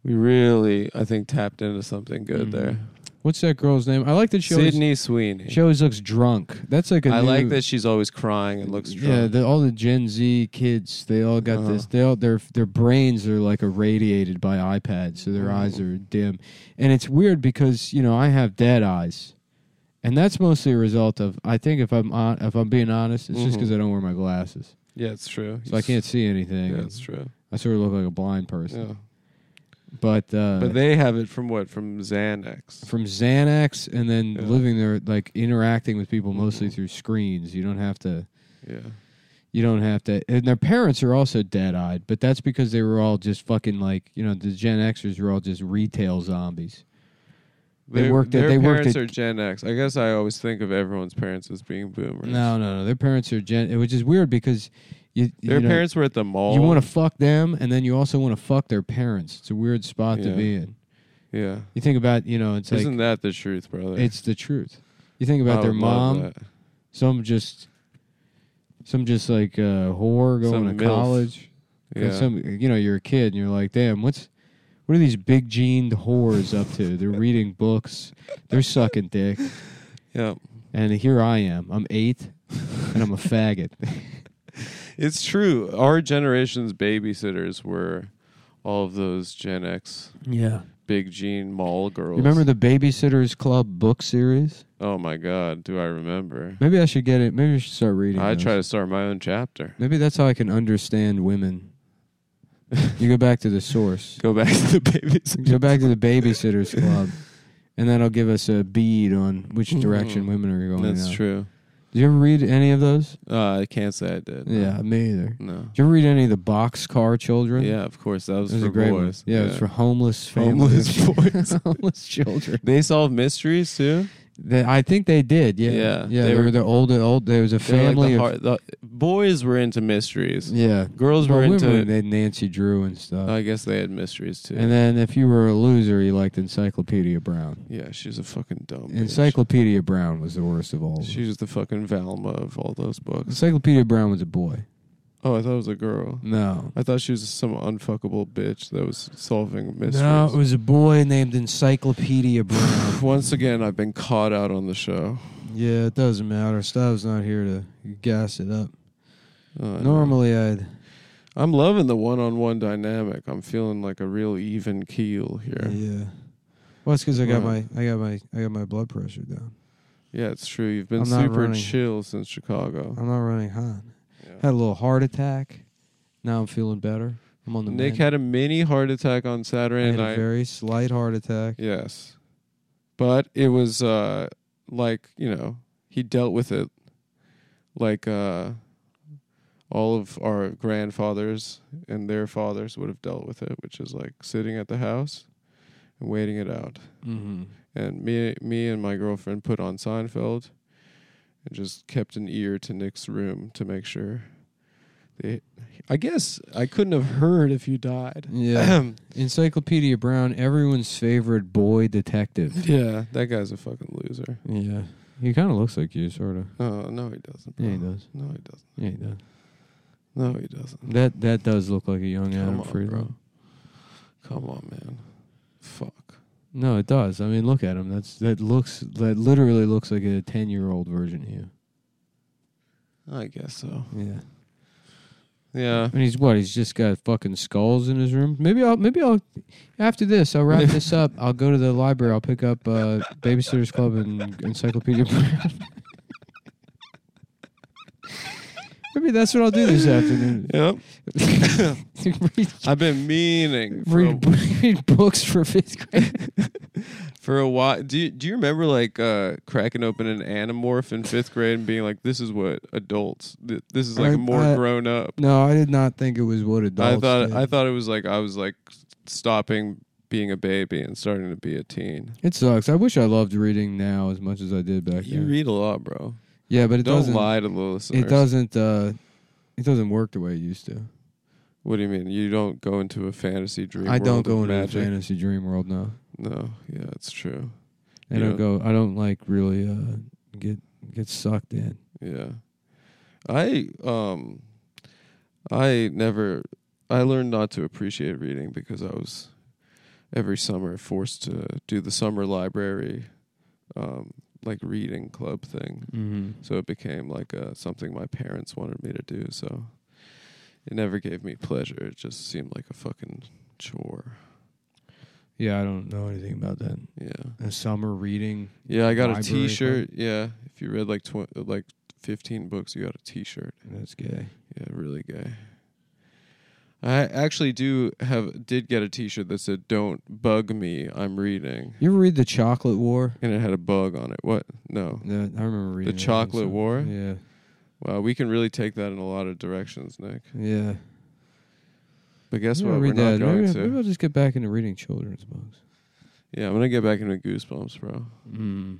Speaker 2: we really, I think, tapped into something good
Speaker 1: Mhm.
Speaker 2: there.
Speaker 1: What's that girl's name? I like that she always,
Speaker 2: Sydney Sweeney.
Speaker 1: she always looks drunk. That's like a
Speaker 2: I
Speaker 1: new,
Speaker 2: like that she's always crying and looks drunk.
Speaker 1: Yeah, the, all the Gen Z kids, they all got
Speaker 2: Uh-huh.
Speaker 1: this. They all their their brains are like irradiated by iPads, so their eyes
Speaker 2: Oh.
Speaker 1: are dim, and it's weird because you know I have dead eyes, and that's mostly a result of I think if I'm on, if I'm being honest, it's just
Speaker 2: Mhm.
Speaker 1: because I don't wear my glasses,
Speaker 2: yeah, it's true.
Speaker 1: so I can't see anything.
Speaker 2: Yeah, it's true.
Speaker 1: I sort of look like a blind person.
Speaker 2: Yeah.
Speaker 1: But uh,
Speaker 2: But they have it from what? From Xanax.
Speaker 1: from Xanax and then
Speaker 2: Yeah.
Speaker 1: living there, like interacting with people mostly
Speaker 2: Mhm.
Speaker 1: through screens. You don't have to.
Speaker 2: Yeah.
Speaker 1: You don't have to. And their parents are also dead eyed, but that's because they were all just fucking like you know the Gen Xers were all just retail zombies.
Speaker 3: They
Speaker 2: Their-
Speaker 3: worked at-
Speaker 2: Their
Speaker 3: they worked
Speaker 2: parents
Speaker 3: at-
Speaker 2: are Gen X. I guess I always think of everyone's parents as being boomers.
Speaker 1: No, no, no. Their parents are gen, which is weird because you, you
Speaker 2: their
Speaker 1: know,
Speaker 2: parents were at the mall.
Speaker 1: You want to fuck them, and then you also want to fuck their parents. It's a weird spot
Speaker 2: Yeah.
Speaker 1: to be in.
Speaker 2: yeah.
Speaker 1: You think about, you know, it's like
Speaker 2: Isn't that the truth, brother?
Speaker 1: it's the truth. You think
Speaker 2: I
Speaker 1: about their
Speaker 2: would love
Speaker 1: mom.
Speaker 2: that.
Speaker 1: Some just, some just like uh whore going
Speaker 2: Some
Speaker 1: to
Speaker 2: milf.
Speaker 1: college. And
Speaker 2: Yeah.
Speaker 1: Some, you know, you're a kid, and you're like, damn, what's, what are these big jeaned whores up to? They're reading books, they're sucking dick,
Speaker 2: yeah.
Speaker 1: and here I am. I'm eight, and I'm a faggot.
Speaker 2: It's true. Our generation's babysitters were all of those Gen X
Speaker 1: Yeah.
Speaker 2: big gene mall girls.
Speaker 1: You remember the Babysitters Club book series?
Speaker 2: Oh my God, do I remember?
Speaker 1: Maybe I should get it. Maybe I should start reading.
Speaker 2: I
Speaker 1: those.
Speaker 2: try to start my own chapter.
Speaker 1: Maybe that's how I can understand women. you go back to the source.
Speaker 2: Go back to the babies.
Speaker 1: Go back to the Babysitters Club, and that'll give us a bead on which direction
Speaker 2: Mhm.
Speaker 1: women are going.
Speaker 2: That's
Speaker 1: now.
Speaker 2: true.
Speaker 1: Did you ever read any of those?
Speaker 2: Uh, I can't say I did. no.
Speaker 1: Yeah, me either.
Speaker 2: No.
Speaker 1: Did you ever read any of the Boxcar Children?
Speaker 2: Yeah, of course. That was,
Speaker 1: It was
Speaker 2: for
Speaker 1: a great one.
Speaker 2: boys.
Speaker 1: Yeah, it was for homeless families.
Speaker 2: homeless boys.
Speaker 1: homeless children.
Speaker 2: they solve mysteries too.
Speaker 1: They, I think they did. Yeah,
Speaker 2: Yeah,
Speaker 1: yeah. They,
Speaker 2: they
Speaker 1: were,
Speaker 2: were-
Speaker 1: the old, old. There was a
Speaker 2: They were like the
Speaker 1: family
Speaker 2: hard- the- boys were into mysteries.
Speaker 1: of yeah.
Speaker 2: Girls
Speaker 1: Well,
Speaker 2: were
Speaker 1: women
Speaker 2: into. Oh,
Speaker 1: they had Nancy Drew and stuff.
Speaker 2: I guess they had mysteries too.
Speaker 1: And then if you were a loser, you liked Encyclopedia Brown.
Speaker 2: yeah, she's a fucking dumb. bitch.
Speaker 1: Encyclopedia Brown was the worst of all. of them.
Speaker 2: She was the fucking Valma of all those books.
Speaker 1: Encyclopedia Brown was a boy.
Speaker 2: Oh, I thought it was a girl.
Speaker 1: No.
Speaker 2: I thought she was some unfuckable bitch that was solving mysteries.
Speaker 1: No, it was a boy named Encyclopedia Brown.
Speaker 2: Once again, I've been caught out on the show.
Speaker 1: yeah, it doesn't matter. Stav's not here to gas it up.
Speaker 2: Oh, I know.
Speaker 1: Normally, I'd.
Speaker 2: I'm loving the one-on-one dynamic. I'm feeling like a real even keel here. Yeah,
Speaker 1: Yeah. Well, it's because I got
Speaker 2: Right.
Speaker 1: my I got my I got my blood pressure down.
Speaker 2: it's true. You've been
Speaker 1: I'm not
Speaker 2: super
Speaker 1: running.
Speaker 2: chill since Chicago.
Speaker 1: I'm not running hot.
Speaker 2: Yeah.
Speaker 1: Had a little heart attack. Now I'm feeling better. I'm on the
Speaker 2: Nick
Speaker 1: mend.
Speaker 2: had a mini heart attack on
Speaker 1: I
Speaker 2: Saturday
Speaker 1: had
Speaker 2: night.
Speaker 1: a very slight heart attack.
Speaker 2: yes, but it was uh, like you know he dealt with it like uh, all of our grandfathers and their fathers would have dealt with it, which is like sitting at the house and waiting it out.
Speaker 1: Mm-hmm.
Speaker 2: and me me and my girlfriend put on Seinfeld and just kept an ear to Nick's room to make sure. They, I guess I couldn't have heard if you died.
Speaker 1: Yeah. Encyclopedia Brown, everyone's favorite boy detective.
Speaker 2: yeah, that guy's a fucking loser.
Speaker 1: Yeah. He kind of looks like you, sort of.
Speaker 2: Oh no, he doesn't.
Speaker 1: Yeah, he
Speaker 2: bro.
Speaker 1: does.
Speaker 2: No, he doesn't.
Speaker 1: Yeah, he does.
Speaker 2: No, he doesn't.
Speaker 1: That that does look like a young Adam
Speaker 2: Come on,
Speaker 1: Friedland.
Speaker 2: bro. Come on, man. Fuck.
Speaker 1: No, it does. I mean, look at him. That's that looks that literally looks like a ten year old version of you.
Speaker 2: I guess so.
Speaker 1: Yeah.
Speaker 2: Yeah.
Speaker 1: And he's what? He's just got fucking skulls in his room. Maybe I'll maybe I'll after this I'll wrap this up. I'll go to the library. I'll pick up uh, Babysitters Club and Encyclopedia Brown. maybe that's what I'll do this afternoon.
Speaker 2: Yep.
Speaker 1: read,
Speaker 2: I've been meaning for a
Speaker 1: read, read books for fifth grade.
Speaker 2: For a while, do you, do you remember like uh, cracking open an anamorph in fifth grade and being like, "This is what adults. Th- this is like
Speaker 1: I-
Speaker 2: more
Speaker 1: I-
Speaker 2: grown up."
Speaker 1: No, I did not think it was what adults.
Speaker 2: I thought
Speaker 1: did.
Speaker 2: I thought it was like I was like stopping being a baby and starting to be a teen.
Speaker 1: it sucks. I wish I loved reading now as much as I did back
Speaker 2: You
Speaker 1: then.
Speaker 2: read a lot, bro.
Speaker 1: yeah, but it
Speaker 2: Don't
Speaker 1: doesn't.
Speaker 2: lie to the listeners.
Speaker 1: It doesn't. Uh, it doesn't work the way it used to.
Speaker 2: What do you mean? You don't go into a fantasy dream.
Speaker 1: I don't
Speaker 2: world
Speaker 1: go
Speaker 2: of
Speaker 1: into
Speaker 2: magic.
Speaker 1: a fantasy dream world now.
Speaker 2: No, yeah, it's true.
Speaker 1: I
Speaker 2: You
Speaker 1: don't go. I don't like really uh, get get sucked in.
Speaker 2: Yeah. I um I never I learned not to appreciate reading because I was every summer forced to do the summer library um like reading club thing.
Speaker 1: Mm-hmm.
Speaker 2: So it became like uh something my parents wanted me to do, so it never gave me pleasure. It just seemed like a fucking chore.
Speaker 1: Yeah, I don't know anything about that.
Speaker 2: Yeah.
Speaker 1: A summer reading.
Speaker 2: Yeah, I got a
Speaker 1: Library club?
Speaker 2: t-shirt. Yeah, if you read like tw- like 15 books, you got a t-shirt.
Speaker 1: That's gay.
Speaker 2: Yeah, really gay. I actually do have did get a T-shirt that said "Don't bug me, I'm reading,"
Speaker 1: You ever read the Chocolate War?
Speaker 2: and it had a bug on it. What? No.
Speaker 1: No, I remember reading that one,
Speaker 2: Chocolate
Speaker 1: so-
Speaker 2: War?
Speaker 1: Yeah,
Speaker 2: Wow, we can really take that in a lot of directions, Nick.
Speaker 1: yeah.
Speaker 2: But guess
Speaker 1: Maybe
Speaker 2: what?
Speaker 1: I'll
Speaker 2: We're
Speaker 1: read
Speaker 2: not
Speaker 1: that.
Speaker 2: going
Speaker 1: maybe,
Speaker 2: to.
Speaker 1: maybe I'll just get back into reading children's books.
Speaker 2: Yeah, I'm gonna get back into goosebumps, bro.
Speaker 1: Mm.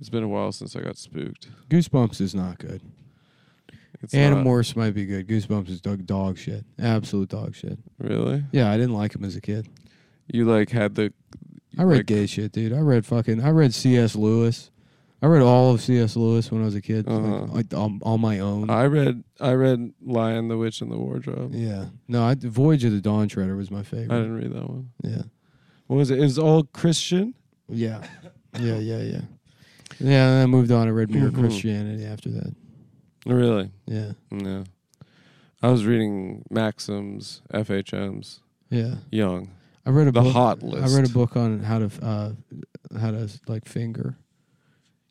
Speaker 2: It's been a while since I got spooked.
Speaker 1: Goosebumps is not good.
Speaker 2: It's not-
Speaker 1: Animorphs might be good. Goosebumps is dog, dog shit. Absolute dog shit.
Speaker 2: Really?
Speaker 1: Yeah, I didn't like him as a kid.
Speaker 2: You like had the?
Speaker 1: I read
Speaker 2: like-
Speaker 1: gay shit, dude. I read fucking. I read C.S. Lewis. I read all of C.S. Lewis when I was a kid, like,
Speaker 2: Uh-huh.
Speaker 1: like, on, on my own.
Speaker 2: I read I read Lion, the Witch, and the Wardrobe.
Speaker 1: yeah, no, I, Voyage of the Dawn Treader was my
Speaker 2: I
Speaker 1: favorite.
Speaker 2: didn't read that one.
Speaker 1: Yeah,
Speaker 2: What was it? It was all Christian.
Speaker 1: yeah, yeah, yeah, yeah. Yeah, and I moved on. I read Mere
Speaker 2: Mhm.
Speaker 1: Christianity after that.
Speaker 2: Really?
Speaker 1: Yeah,
Speaker 2: No. I was reading Maxims, FHMs,
Speaker 1: yeah.
Speaker 2: Young.
Speaker 1: I read a
Speaker 2: The
Speaker 1: book.
Speaker 2: hot
Speaker 1: I read a
Speaker 2: list.
Speaker 1: book on how to uh, how to like finger.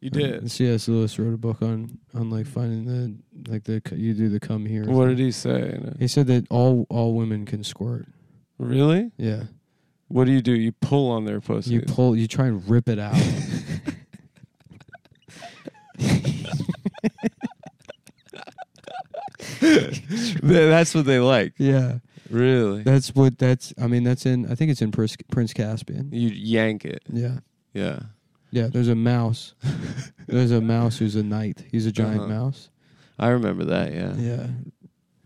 Speaker 2: You
Speaker 1: And C.S. Lewis wrote a book on on like finding the like the c- you do the come here.
Speaker 2: What
Speaker 1: thing.
Speaker 2: did he say? in it?
Speaker 1: He said that all all women can squirt.
Speaker 2: Really?
Speaker 1: Yeah,
Speaker 2: What do you do? You pull on their pussy.
Speaker 1: you pull, you try and rip it out.
Speaker 2: That's what they like.
Speaker 1: yeah,
Speaker 2: Really?
Speaker 1: that's what that's. I mean, that's in. I think it's in Prince, Prince Caspian.
Speaker 2: You yank it.
Speaker 1: Yeah,
Speaker 2: Yeah.
Speaker 1: yeah. There's a mouse. there's a mouse who's a knight. He's a giant
Speaker 2: Uh-huh.
Speaker 1: mouse.
Speaker 2: I remember that, yeah.
Speaker 1: Yeah,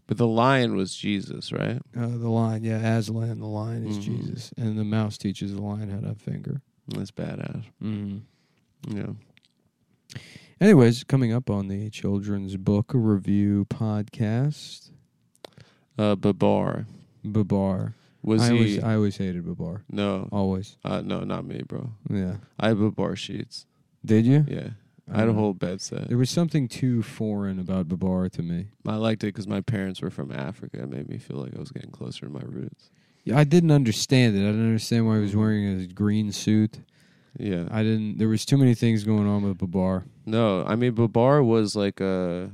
Speaker 2: But the lion was Jesus, right?
Speaker 1: uh, the lion. Yeah, Aslan. The lion is
Speaker 2: Mhm.
Speaker 1: Jesus, and the mouse teaches the lion how to finger.
Speaker 2: That's badass.
Speaker 1: Mm-hmm.
Speaker 2: Yeah.
Speaker 1: Anyways, coming up on the children's book review podcast,
Speaker 2: Uh, Babar.
Speaker 1: Babar.
Speaker 2: Was
Speaker 1: I
Speaker 2: he?
Speaker 1: always, I always hated Babar.
Speaker 2: no.
Speaker 1: Always.
Speaker 2: Uh, no, not me, bro.
Speaker 1: Yeah.
Speaker 2: I have Babar sheets.
Speaker 1: Did you?
Speaker 2: Yeah. I had a
Speaker 1: don't know.
Speaker 2: whole bed set.
Speaker 1: There was something too foreign about Babar to me.
Speaker 2: I liked it because my parents were from Africa. It made me feel like I was getting closer to my roots.
Speaker 1: Yeah, I didn't understand it. I didn't understand why he was wearing a green suit.
Speaker 2: Yeah.
Speaker 1: I didn't. There was too many things going on with Babar.
Speaker 2: Uh, No, I mean Babar was like a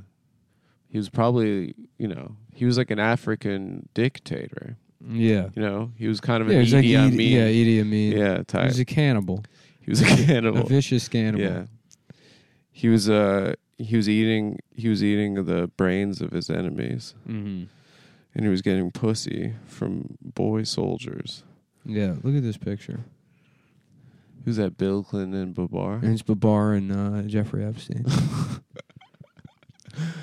Speaker 2: he was probably, you know, he was like an African dictator,
Speaker 1: Yeah.
Speaker 2: you know. He was kind of
Speaker 1: Yeah,
Speaker 2: an
Speaker 1: he's like
Speaker 2: Idi
Speaker 1: Idi,
Speaker 2: Amin.
Speaker 1: yeah, Idi Amin.
Speaker 2: yeah,
Speaker 1: he
Speaker 2: type.
Speaker 1: was a cannibal,
Speaker 2: He was a cannibal.
Speaker 1: a vicious cannibal.
Speaker 2: Yeah. He was uh he was eating he was eating the brains of his enemies
Speaker 1: hmm
Speaker 2: and he was getting pussy from boy soldiers.
Speaker 1: yeah. Look at this picture.
Speaker 2: Who's that Bill Clinton and Babar?
Speaker 1: And it's Babar and uh, Jeffrey Epstein.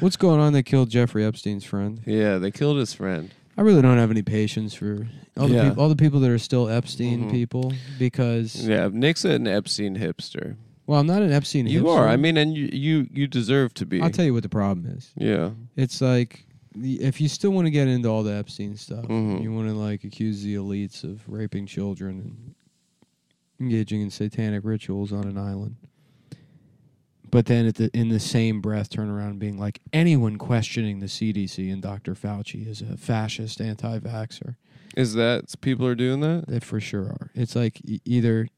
Speaker 1: What's going on that killed Jeffrey Epstein's friend?
Speaker 2: Yeah, they killed his friend.
Speaker 1: I really don't have any patience for all the
Speaker 2: Yeah.
Speaker 1: peop all the people that are still Epstein
Speaker 2: Mhm.
Speaker 1: people because
Speaker 2: Yeah, Nixon Epstein hipster.
Speaker 1: well, I'm not an Epstein.
Speaker 2: You
Speaker 1: hipster.
Speaker 2: are. I mean, and you you you deserve to be.
Speaker 1: I'll tell you what the problem is.
Speaker 2: yeah.
Speaker 1: It's like the- if you still want to get into all the Epstein stuff,
Speaker 2: Mhm.
Speaker 1: you want to like accuse the elites of raping children and engaging in satanic rituals on an island. But then at the, in the same breath, turn around and being like, anyone questioning the CDC and Dr. Fauci is a fascist anti vaxxer.
Speaker 2: Is that people are doing that?
Speaker 1: They for sure are. It's like e- either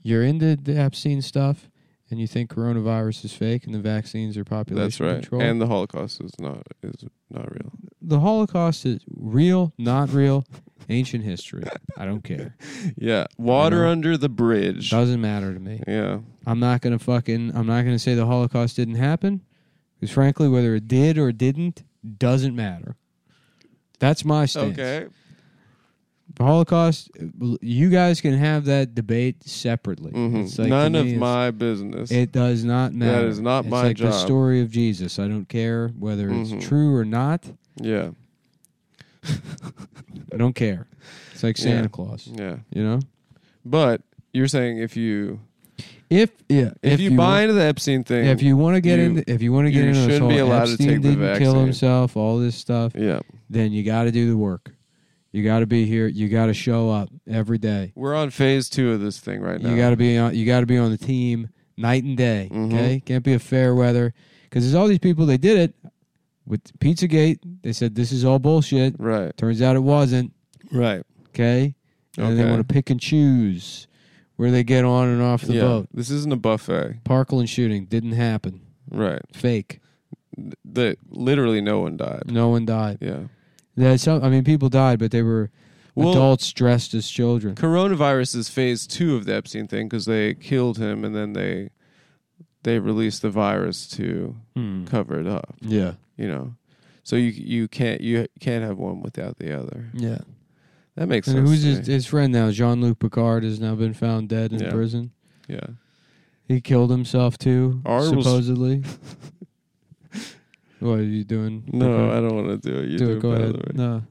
Speaker 1: you're into the Epstein stuff and you think coronavirus is fake and the vaccines are population
Speaker 2: That's right.
Speaker 1: control.
Speaker 2: And the Holocaust is not is not real.
Speaker 1: the Holocaust is real, not real, ancient history. I don't care.
Speaker 2: Yeah. Water
Speaker 1: know.
Speaker 2: under the bridge.
Speaker 1: Doesn't matter to me.
Speaker 2: Yeah.
Speaker 1: I'm not gonna fucking. I'm not gonna say the Holocaust didn't happen, because frankly, whether it did or didn't doesn't matter. That's my stance.
Speaker 2: Okay.
Speaker 1: The Holocaust. You guys can have that debate separately.
Speaker 2: Mhm.
Speaker 1: It's like, to
Speaker 2: None
Speaker 1: me,
Speaker 2: of
Speaker 1: it's-
Speaker 2: my business.
Speaker 1: It does not matter.
Speaker 2: is not
Speaker 1: It's
Speaker 2: my
Speaker 1: like The
Speaker 2: job.
Speaker 1: story of Jesus. I don't care whether it's
Speaker 2: Mhm.
Speaker 1: true or not.
Speaker 2: yeah.
Speaker 1: I don't care. It's like Santa
Speaker 2: Yeah.
Speaker 1: Claus.
Speaker 2: Yeah.
Speaker 1: You know.
Speaker 2: But you're saying if you
Speaker 1: If yeah,
Speaker 2: if, you, buy into the Epstein thing,
Speaker 1: If you want to get
Speaker 2: you-
Speaker 1: in, if you want to get
Speaker 2: you
Speaker 1: into this
Speaker 2: shouldn't
Speaker 1: whole
Speaker 2: be allowed to
Speaker 1: Epstein
Speaker 2: take the
Speaker 1: didn't kill
Speaker 2: vaccine.
Speaker 1: himself, all this stuff,
Speaker 2: yeah,
Speaker 1: then you got to do the work. You got to be here. You got to show up every day.
Speaker 2: we're on phase two of this thing right now.
Speaker 1: You got to be on. You got to be on the team night and day.
Speaker 2: Mhm.
Speaker 1: Okay, can't be a fair weather because there's all these people. They did it with PizzaGate. They said this is all bullshit.
Speaker 2: right,
Speaker 1: Turns out it wasn't.
Speaker 2: right.
Speaker 1: Okay, and then they
Speaker 2: Okay.
Speaker 1: want to pick and choose where they get on and off the
Speaker 2: yeah,
Speaker 1: boat.
Speaker 2: this isn't a buffet,
Speaker 1: Parkland shooting didn't happen.
Speaker 2: right?
Speaker 1: Fake.
Speaker 2: That literally no one died.
Speaker 1: No one died.
Speaker 2: Yeah.
Speaker 1: Yeah, some, I mean, people died, but they were
Speaker 2: Well-
Speaker 1: adults dressed as children.
Speaker 2: Coronavirus is phase two of the Epstein thing because they killed him and then they they released the virus to cover it up.
Speaker 1: Hmm. Yeah,
Speaker 2: You know, so you you can't you can't have one without the other.
Speaker 1: yeah.
Speaker 2: That makes
Speaker 1: And
Speaker 2: sense.
Speaker 1: who's
Speaker 2: to
Speaker 1: his,
Speaker 2: me.
Speaker 1: his friend now? Jean Luc Picard has now been found dead in
Speaker 2: Yeah.
Speaker 1: prison.
Speaker 2: yeah.
Speaker 1: He killed himself too,
Speaker 2: R was-
Speaker 1: supposedly. what are you doing?
Speaker 2: No,
Speaker 1: Okay.
Speaker 2: I don't want to do it. You
Speaker 1: do
Speaker 2: do,
Speaker 1: it.
Speaker 2: it
Speaker 1: Go
Speaker 2: by
Speaker 1: ahead.
Speaker 2: the way.
Speaker 1: No.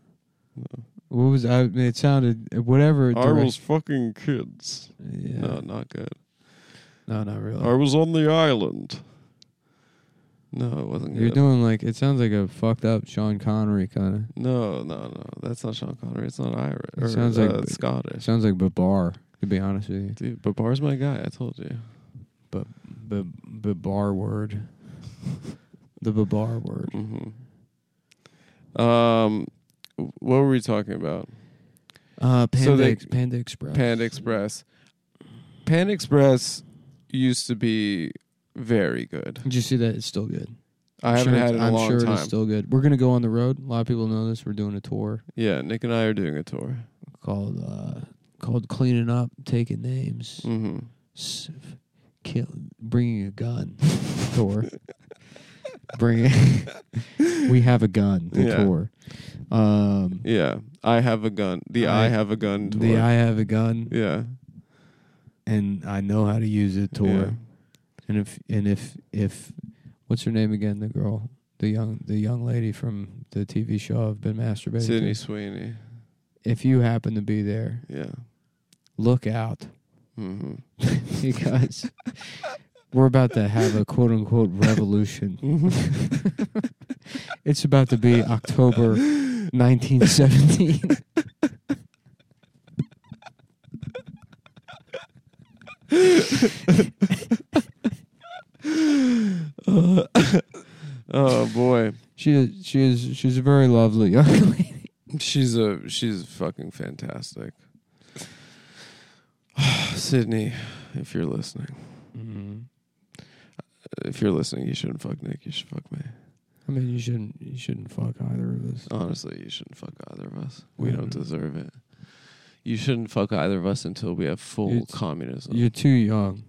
Speaker 1: What was I? It sounded whatever.
Speaker 2: I
Speaker 1: direct-
Speaker 2: was fucking kids.
Speaker 1: Yeah.
Speaker 2: No, not good.
Speaker 1: no, not really.
Speaker 2: I was on the island. No, it wasn't
Speaker 1: You're
Speaker 2: good.
Speaker 1: doing like it sounds like a fucked up Sean Connery kind of.
Speaker 2: no, no, no. That's not Sean Connery. It's not Irish.
Speaker 1: It
Speaker 2: or,
Speaker 1: sounds
Speaker 2: uh,
Speaker 1: like-
Speaker 2: it's Scottish.
Speaker 1: Sounds like Babar. To be honest with you,
Speaker 2: Dude, but Bar's my guy. I told you.
Speaker 1: but Babar word, the Babar word.
Speaker 2: Mm-hmm. Um, what were we talking about?
Speaker 1: Uh, Panda,
Speaker 2: So they-
Speaker 1: Ex- Panda Express.
Speaker 2: Panda Express. Panda Express used to be very good.
Speaker 1: Did you see that? It's still good.
Speaker 2: I haven't had it in a
Speaker 1: I'm
Speaker 2: long
Speaker 1: sure
Speaker 2: time.
Speaker 1: it's still good. We're gonna go on the road. A lot of people know this. We're doing a tour
Speaker 2: yeah, Nick and I are doing a tour.
Speaker 1: called uh, called cleaning up, taking names,
Speaker 2: Mm-hmm.
Speaker 1: s- kill, bringing a gun tour. Bringing, we have a gun. The
Speaker 2: Yeah.
Speaker 1: tour. Um,
Speaker 2: Yeah, I have a gun. The I,
Speaker 1: I-
Speaker 2: have a gun tour.
Speaker 1: the I have a gun
Speaker 2: yeah,
Speaker 1: and I know how to use it tour.
Speaker 2: Yeah.
Speaker 1: And if and if if what's her name again? The girl, the young the young lady from the TV show I've been masturbating. to.
Speaker 2: Sydney Sweeney.
Speaker 1: If you happen to be there,
Speaker 2: Yeah.
Speaker 1: look out
Speaker 2: Mm-hmm.
Speaker 1: because we're about to have a quote unquote revolution. it's about to be October 1917.
Speaker 2: Uh, Oh boy,
Speaker 1: she is she is she's a very lovely young lady.
Speaker 2: she's a she's fucking fantastic. Sydney, if you're listening, Mm-hmm. if you're listening, you shouldn't fuck Nick. You should fuck me.
Speaker 1: I mean, you shouldn't you shouldn't fuck either of us.
Speaker 2: Honestly, you shouldn't fuck either of us. We
Speaker 1: Yeah.
Speaker 2: don't deserve it. You shouldn't fuck either of us until we have full
Speaker 1: It's-
Speaker 2: communism.
Speaker 1: You're too young.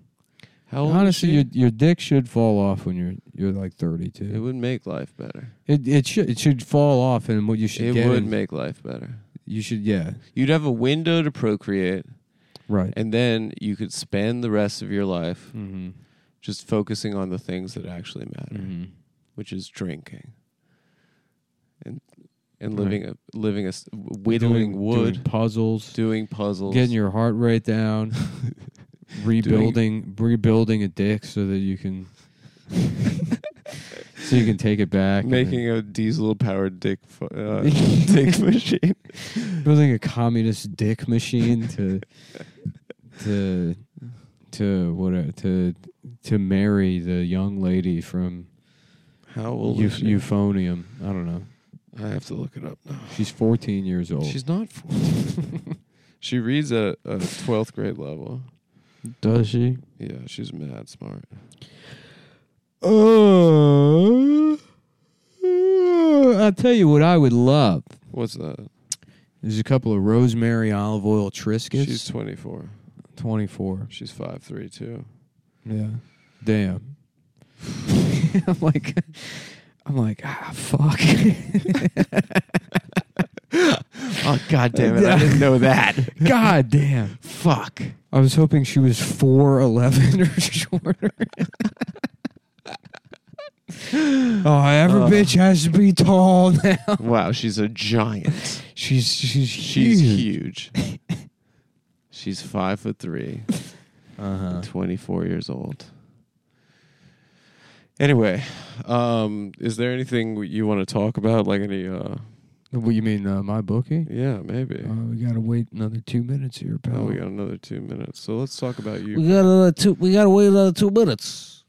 Speaker 2: How old is
Speaker 1: Honestly,
Speaker 2: she?
Speaker 1: your your dick should fall off when you're you're like
Speaker 2: it
Speaker 1: 32.
Speaker 2: would make life better.
Speaker 1: It it should it should fall off, and what you should
Speaker 2: It
Speaker 1: get
Speaker 2: would
Speaker 1: is-
Speaker 2: make life better.
Speaker 1: you should yeah
Speaker 2: You'd have a window to procreate,
Speaker 1: right.
Speaker 2: and then you could spend the rest of your life
Speaker 1: Mm-hmm.
Speaker 2: just focusing on the things that actually matter, which is drinking and and
Speaker 1: Right.
Speaker 2: living a living a s- whittling wood,
Speaker 1: doing puzzles,
Speaker 2: doing puzzles,
Speaker 1: getting your heart rate down, rebuilding rebuilding a dick so that you can so you can take it back, and then
Speaker 2: making a diesel powered dick fu- uh, dick machine.
Speaker 1: building a communist dick machine to to to what to to marry the young lady from
Speaker 2: How old
Speaker 1: Eu-
Speaker 2: is she?
Speaker 1: Euphonium. I don't know.
Speaker 2: I have to look it up now.
Speaker 1: She's 14 years old.
Speaker 2: She's not 14. she reads at a 12th grade level.
Speaker 1: Does she?
Speaker 2: Yeah, she's mad smart.
Speaker 1: Uh, I'll tell you what I would love.
Speaker 2: What's that?
Speaker 1: There's a couple of rosemary olive oil Triscuits.
Speaker 2: She's 24.
Speaker 1: 24.
Speaker 2: She's 5'3", too.
Speaker 1: Yeah. Damn. I'm like, I'm like, ah, fuck.
Speaker 2: Oh, God
Speaker 1: damn it, I didn't
Speaker 2: know that.
Speaker 1: God damn.
Speaker 2: Fuck.
Speaker 1: I was hoping she was 4'11 or shorter. oh, every
Speaker 2: Oh.
Speaker 1: bitch has to be tall now.
Speaker 2: Wow, she's a giant.
Speaker 1: She's she's
Speaker 2: She's
Speaker 1: huge.
Speaker 2: huge. she's 5'3",
Speaker 1: Uh-huh.
Speaker 2: 24 years old. Anyway, um, is there anything you want to talk about? Like any, uh,
Speaker 1: What you mean uh, my bookie?
Speaker 2: yeah, maybe.
Speaker 1: Uh, we gotta wait another two minutes here, pal.
Speaker 2: Oh, we got another two minutes. So let's talk about you.
Speaker 1: We got another two. We gotta wait another two minutes.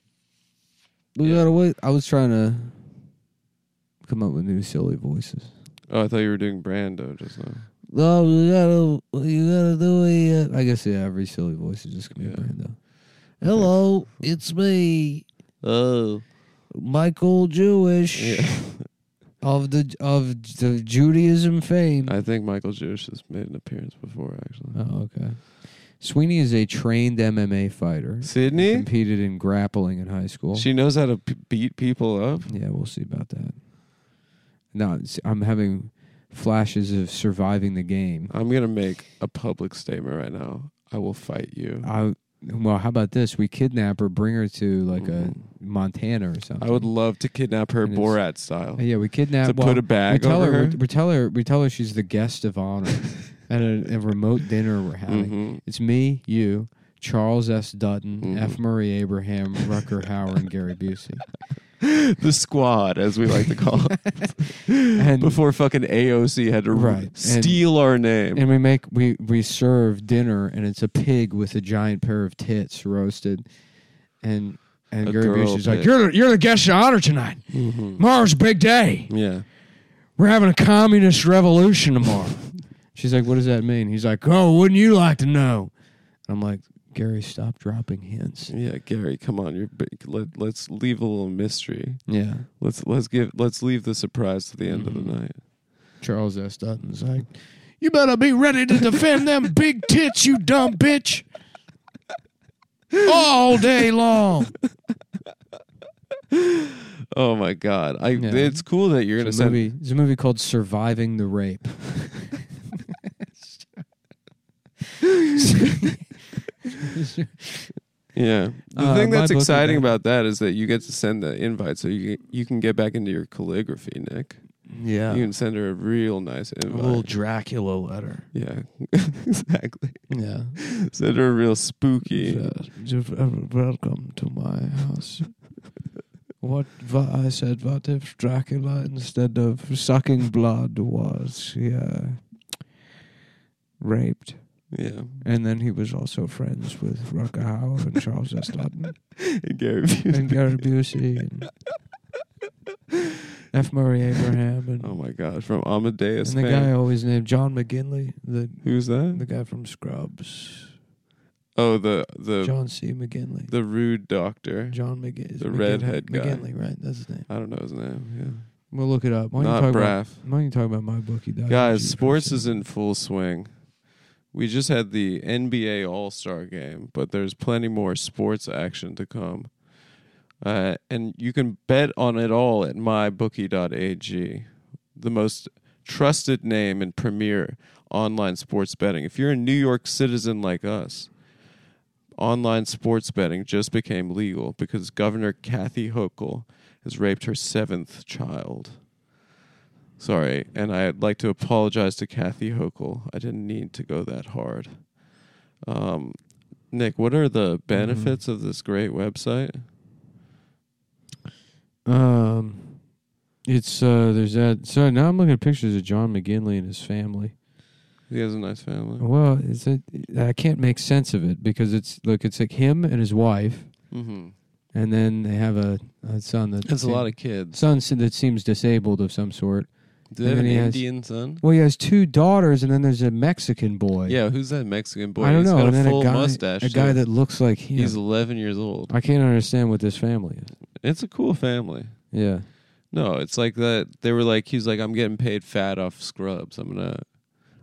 Speaker 1: We gotta wait. I was trying to come up with new silly voices.
Speaker 2: Oh, I thought you were doing Brando just now.
Speaker 1: No, we gotta. You gotta do a. Uh, I guess yeah. Every silly voice is just gonna be
Speaker 2: Yeah.
Speaker 1: Brando. Hello, it's me,
Speaker 2: Oh.
Speaker 1: Michael Jewish
Speaker 2: Yeah.
Speaker 1: of the of the Judaism fame.
Speaker 2: I think Michael Jewish has made an appearance before, actually.
Speaker 1: oh, okay. Sweeney is a trained MMA fighter.
Speaker 2: Sydney?
Speaker 1: competed in grappling in high school.
Speaker 2: She knows how to p- beat people up.
Speaker 1: yeah, we'll see about that. No, it's- I'm having flashes of surviving the game.
Speaker 2: I'm gonna make a public statement right now. I will fight you.
Speaker 1: I well, how about this? We kidnap her, bring her to like
Speaker 2: Mm.
Speaker 1: a Montana or something.
Speaker 2: I would love to kidnap her
Speaker 1: And it's-
Speaker 2: Borat style.
Speaker 1: Uh, Yeah, we kidnap.
Speaker 2: to
Speaker 1: well,
Speaker 2: put a bag
Speaker 1: we tell
Speaker 2: over
Speaker 1: her,
Speaker 2: her?
Speaker 1: We, we tell her. We tell her she's the guest of honor at a, a remote dinner we're having.
Speaker 2: Mhm.
Speaker 1: It's me, you, Charles S. Dutton,
Speaker 2: Mhm.
Speaker 1: F. Murray Abraham, Rucker Hauer, and Gary Busey.
Speaker 2: The squad, as we like to call it.
Speaker 1: And
Speaker 2: Before fucking AOC had to r-
Speaker 1: Right. And-
Speaker 2: steal our name.
Speaker 1: and we make we we serve dinner, and it's a pig with a giant pair of tits roasted, and and
Speaker 2: A
Speaker 1: Gary
Speaker 2: girl
Speaker 1: Busey's like,
Speaker 2: pig.
Speaker 1: "You're the- you're the guest of honor tonight.
Speaker 2: Mhm.
Speaker 1: Tomorrow's a big day.
Speaker 2: Yeah.
Speaker 1: We're having a communist revolution tomorrow." She's like, "What does that mean?" He's like, "Oh, wouldn't you like to know?" And I'm like, "Gary, stop dropping hints."
Speaker 2: Yeah, Gary, come on. You're big. Let, let's leave a little mystery.
Speaker 1: Yeah,
Speaker 2: Let's let's give let's leave the surprise to the end of the
Speaker 1: Mhm.
Speaker 2: night.
Speaker 1: Charles S. Dutton's like, "You better be ready to defend them big tits, you dumb bitch." All day long.
Speaker 2: Oh my god. I
Speaker 1: Yeah.
Speaker 2: it's cool that you're gonna
Speaker 1: It's a
Speaker 2: send
Speaker 1: movie. It's a movie called Surviving the Rape.
Speaker 2: Yeah. The
Speaker 1: Uh,
Speaker 2: thing
Speaker 1: my
Speaker 2: that's
Speaker 1: book is
Speaker 2: exciting
Speaker 1: that-
Speaker 2: about that is that you get to send the invite so you can, you can get back into your calligraphy, Nick.
Speaker 1: yeah,
Speaker 2: You can send her a real nice
Speaker 1: a
Speaker 2: invite.
Speaker 1: little Dracula letter.
Speaker 2: yeah. exactly.
Speaker 1: Yeah,
Speaker 2: Send her a real spooky.
Speaker 1: welcome to my house. What I said, what if Dracula instead of sucking blood was yeah raped?
Speaker 2: Yeah.
Speaker 1: And then he was also friends with Rucker Howard and Charles S. Dutton
Speaker 2: And Gary
Speaker 1: and Gary Busey and F. Murray Abraham and,
Speaker 2: Oh my god, from Amadeus.
Speaker 1: and the guy I
Speaker 2: fame.
Speaker 1: always named John McGinley, the
Speaker 2: Who's that?
Speaker 1: the guy from Scrubs,
Speaker 2: oh, the the
Speaker 1: John C. McGinley,
Speaker 2: the rude doctor.
Speaker 1: John McGinley,
Speaker 2: the redhead guy.
Speaker 1: McGinley, right? That's his name.
Speaker 2: I don't know his name.
Speaker 1: We'll look it up.
Speaker 2: Yeah.
Speaker 1: Why don't
Speaker 2: Not
Speaker 1: you talk
Speaker 2: Braff.
Speaker 1: about Why don't you talk about my bookie?
Speaker 2: Guys, sports is in full swing. We just had the NBA All Star game, but there's plenty more sports action to come. Uh, and you can bet on it all at mybookie.ag, the most trusted name in premier online sports betting. If you're a New York citizen like us, online sports betting just became legal because Governor Kathy Hochul has raped her seventh child. Sorry, and I'd like to apologize to Kathy Hochul. I didn't need to go that hard. Um, Nick, what are the
Speaker 1: Mm-hmm.
Speaker 2: benefits of this great website?
Speaker 1: Um, it's uh, there's that. So now I'm looking at pictures of John McGinley and his family.
Speaker 2: He has a nice family.
Speaker 1: Well, it's a, I can't make sense of it because it's look, it's like him and his wife,
Speaker 2: Mm-hmm.
Speaker 1: and then they have a, a son that
Speaker 2: That's a lot of kids.
Speaker 1: son se- that seems disabled of some sort.
Speaker 2: Do they have an
Speaker 1: And he has-
Speaker 2: Indian son?
Speaker 1: Well, he has two daughters, and then there's a Mexican boy.
Speaker 2: Yeah, who's that Mexican boy?
Speaker 1: I don't
Speaker 2: He's
Speaker 1: know.
Speaker 2: got
Speaker 1: and
Speaker 2: a
Speaker 1: then
Speaker 2: full
Speaker 1: a guy,
Speaker 2: mustache.
Speaker 1: a guy
Speaker 2: too.
Speaker 1: that looks like him.
Speaker 2: he's 11 years old.
Speaker 1: I can't understand what this family is.
Speaker 2: It's a cool family.
Speaker 1: Yeah,
Speaker 2: No, it's like that. They were like, he's like, I'm getting paid fat off Scrubs. I'm gonna,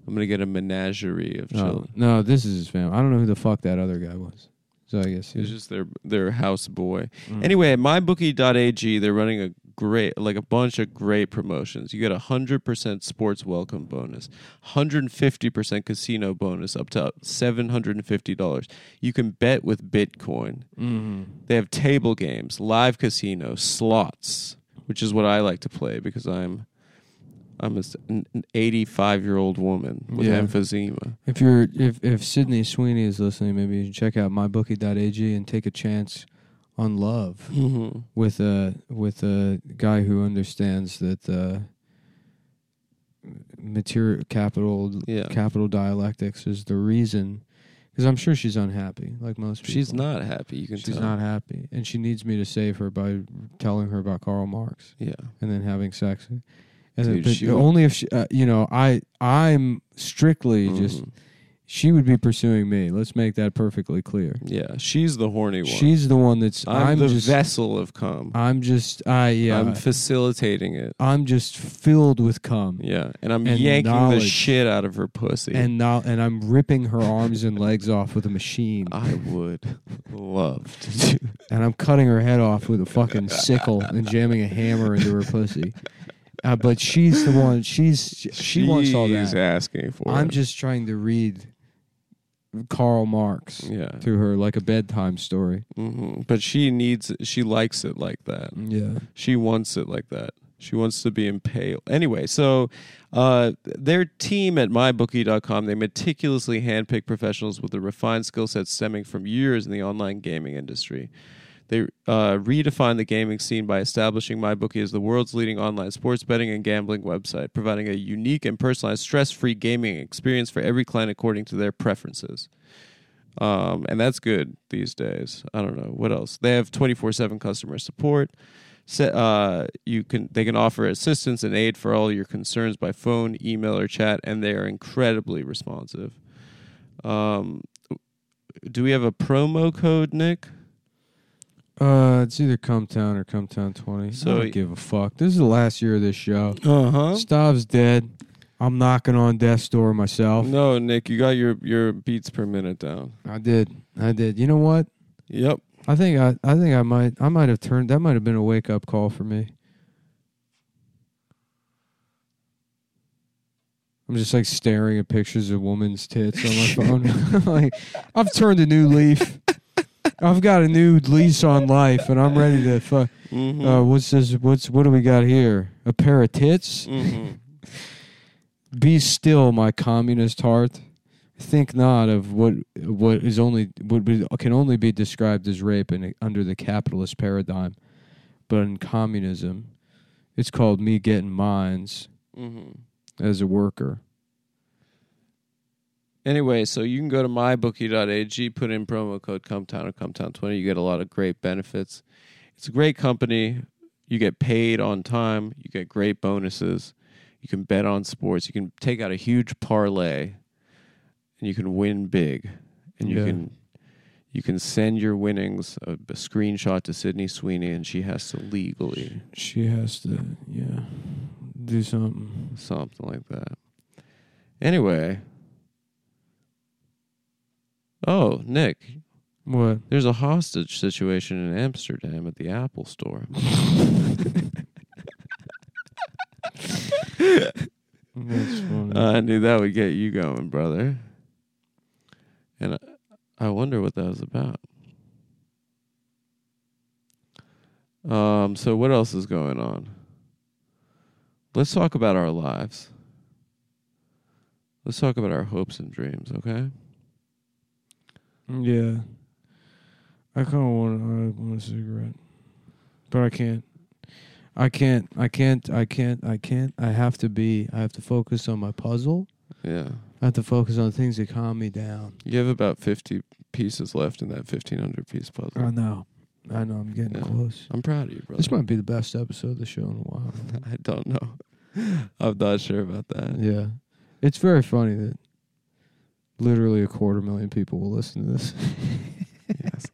Speaker 2: I'm gonna get a menagerie of
Speaker 1: no,
Speaker 2: children.
Speaker 1: Um, no, this is his family. I don't know who the fuck that other guy was. So I guess
Speaker 2: He was just their their house boy.
Speaker 1: Mm.
Speaker 2: Anyway, at mybookie.ag, they're running a great, like a bunch of great promotions. You get a 100% sports welcome bonus, 150% casino bonus, up to $750. You can bet with Bitcoin.
Speaker 1: Mhm.
Speaker 2: They have table games, live casino, slots, which is what I like to play because I'm. I'm a s- an 85 year old woman with
Speaker 1: Yeah.
Speaker 2: emphysema.
Speaker 1: If you're if if Sydney Sweeney is listening, maybe you should check out mybookie.ag and take a chance on love
Speaker 2: Mm-hmm.
Speaker 1: with a with a guy who understands that uh, material capital
Speaker 2: Yeah.
Speaker 1: capital dialectics is the reason. Because I'm sure she's unhappy, like most people.
Speaker 2: She's not happy. You can
Speaker 1: She's
Speaker 2: tell.
Speaker 1: not happy, and she needs me to save her by telling her about Karl Marx
Speaker 2: Yeah.
Speaker 1: and then having sex. And then-
Speaker 2: Dude,
Speaker 1: but
Speaker 2: she would-
Speaker 1: only if she, uh, you know, I I'm strictly just
Speaker 2: Mhm.
Speaker 1: she would be pursuing me. Let's make that perfectly clear.
Speaker 2: Yeah, she's the horny one.
Speaker 1: She's the one that's
Speaker 2: I'm,
Speaker 1: I'm,
Speaker 2: the
Speaker 1: just
Speaker 2: vessel of cum.
Speaker 1: I'm just I yeah
Speaker 2: I'm
Speaker 1: I'm,
Speaker 2: facilitating it.
Speaker 1: just filled with cum.
Speaker 2: Yeah, and I'm
Speaker 1: And
Speaker 2: yanking
Speaker 1: knowledge.
Speaker 2: the shit out of her pussy.
Speaker 1: And now, and I'm ripping her arms and legs off with a machine,
Speaker 2: I would love to. Do.
Speaker 1: and I'm cutting her head off with a fucking sickle and jamming a hammer into her pussy, Uh, but she's the one. She's she, she wants all
Speaker 2: She's
Speaker 1: that.
Speaker 2: asking for
Speaker 1: I'm
Speaker 2: it.
Speaker 1: just trying to read Karl Marx
Speaker 2: yeah.
Speaker 1: to her like a bedtime story.
Speaker 2: hmm But she needs it. She likes it like that.
Speaker 1: Yeah.
Speaker 2: She wants it like that. She wants to be impaled. Anyway, so uh, their team at mybookie.com, they meticulously handpick professionals with a refined skill set stemming from years in the online gaming industry. They uh, redefine the gaming scene by establishing MyBookie as the world's leading online sports betting and gambling website, providing a unique and personalized stress free gaming experience for every client according to their preferences. Um, and that's good these days. I don't know what else. They have 24/7 customer support. Se- uh, you can they can offer assistance and aid for all your concerns by phone, email, or chat, and they are incredibly responsive. Um, do we have a promo code, Nick?
Speaker 1: Uh, it's either Come Town or Come Town 20.
Speaker 2: So
Speaker 1: I don't
Speaker 2: y-
Speaker 1: give a fuck. This is the last year of this show.
Speaker 2: Uh
Speaker 1: Uh-huh.
Speaker 2: huh.
Speaker 1: Stav's dead. I'm knocking on death's door myself.
Speaker 2: No, Nick, you got your your beats per minute down.
Speaker 1: I did. I did. You know what?
Speaker 2: Yep.
Speaker 1: I think I, I think I might I might have turned that might have been a wake up call for me. I'm just like staring at pictures of women's tits on my phone. like I've turned a new leaf. I've got a new lease on life, and I'm ready to fuck.
Speaker 2: Mm-hmm.
Speaker 1: Uh, what's this? What's what do we got here? A pair of tits.
Speaker 2: mm-hmm.
Speaker 1: Be still, my communist heart. Think not of what what is only what be, can only be described as rape in, under the capitalist paradigm, but in communism, it's called me getting mines
Speaker 2: Mm-hmm.
Speaker 1: as a worker.
Speaker 2: Anyway, so you can go to mybookie.ag, put in promo code Cometown or Cometown20. You get a lot of great benefits. It's a great company. You get paid on time. You get great bonuses. You can bet on sports. You can take out a huge parlay, and you can win big. And you
Speaker 1: Yeah.
Speaker 2: can you can send your winnings a, a screenshot to Sydney Sweeney, and she has to legally
Speaker 1: She has to, yeah, do something.
Speaker 2: something like that. Anyway. Oh, Nick,
Speaker 1: What?
Speaker 2: There's a hostage situation in Amsterdam at the Apple store.
Speaker 1: That's funny.
Speaker 2: I knew that would get you going, brother. And I, I wonder what that was about. Um, so what else is going on? Let's talk about our lives. Let's talk about our hopes and dreams, okay?
Speaker 1: yeah, I kind of want. I want a cigarette, but I can't. I can't. I can't. I can't. I can't. I have to be. I have to focus on my puzzle.
Speaker 2: Yeah.
Speaker 1: I have to focus on things that calm me down.
Speaker 2: You have about 50 pieces left in that 1500 piece puzzle.
Speaker 1: I know. I know. I'm getting
Speaker 2: Yeah.
Speaker 1: close.
Speaker 2: I'm proud of you, brother.
Speaker 1: This might be the best episode of the show in a while.
Speaker 2: I don't know. I'm not sure about that.
Speaker 1: yeah, it's very funny that literally a quarter million people will listen to this.
Speaker 2: Yes.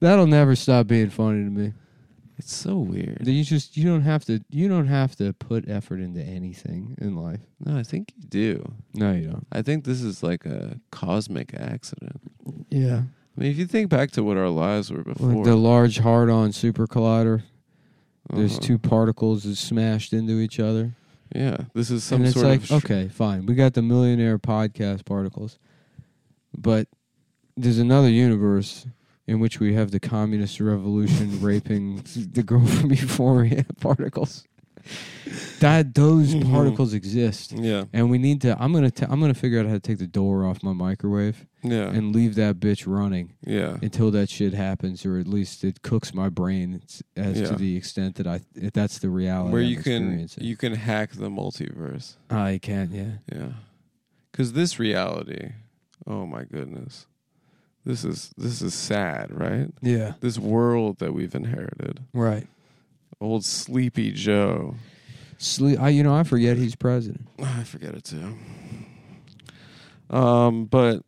Speaker 1: That'll never stop being funny to me.
Speaker 2: It's so weird.
Speaker 1: You just you don't have to you don't have to put effort into anything in life.
Speaker 2: No, I think you do.
Speaker 1: No, you don't.
Speaker 2: I think this is like a cosmic accident.
Speaker 1: Yeah,
Speaker 2: I mean, if you think back to what our lives were before,
Speaker 1: like the large hard-on super collider. There's
Speaker 2: uh-huh.
Speaker 1: two particles that smashed into each other,
Speaker 2: Yeah, this is some
Speaker 1: and it's
Speaker 2: sort
Speaker 1: like
Speaker 2: of.
Speaker 1: okay, fine. We got the millionaire podcast particles, but there's another universe in which we have the communist revolution raping the girl from Euphoria particles. That those
Speaker 2: Mhm.
Speaker 1: particles exist.
Speaker 2: Yeah,
Speaker 1: And we need to. I'm gonna. T- I'm gonna figure out how to take the door off my microwave
Speaker 2: yeah,
Speaker 1: and leave that bitch running
Speaker 2: yeah.
Speaker 1: until that shit happens, or at least it cooks my brain s- as
Speaker 2: Yeah.
Speaker 1: to the extent that I. If that's the reality.
Speaker 2: Where
Speaker 1: I'm
Speaker 2: you can
Speaker 1: experiencing.
Speaker 2: you can hack the multiverse.
Speaker 1: I Ah, can't. Yeah.
Speaker 2: Yeah, because this reality, oh my goodness, this is this is sad, right?
Speaker 1: Yeah.
Speaker 2: This world that we've inherited,
Speaker 1: Right.
Speaker 2: old Sleepy Joe.
Speaker 1: Sleep. I. You know. I forget he's president.
Speaker 2: I forget it too. Um, but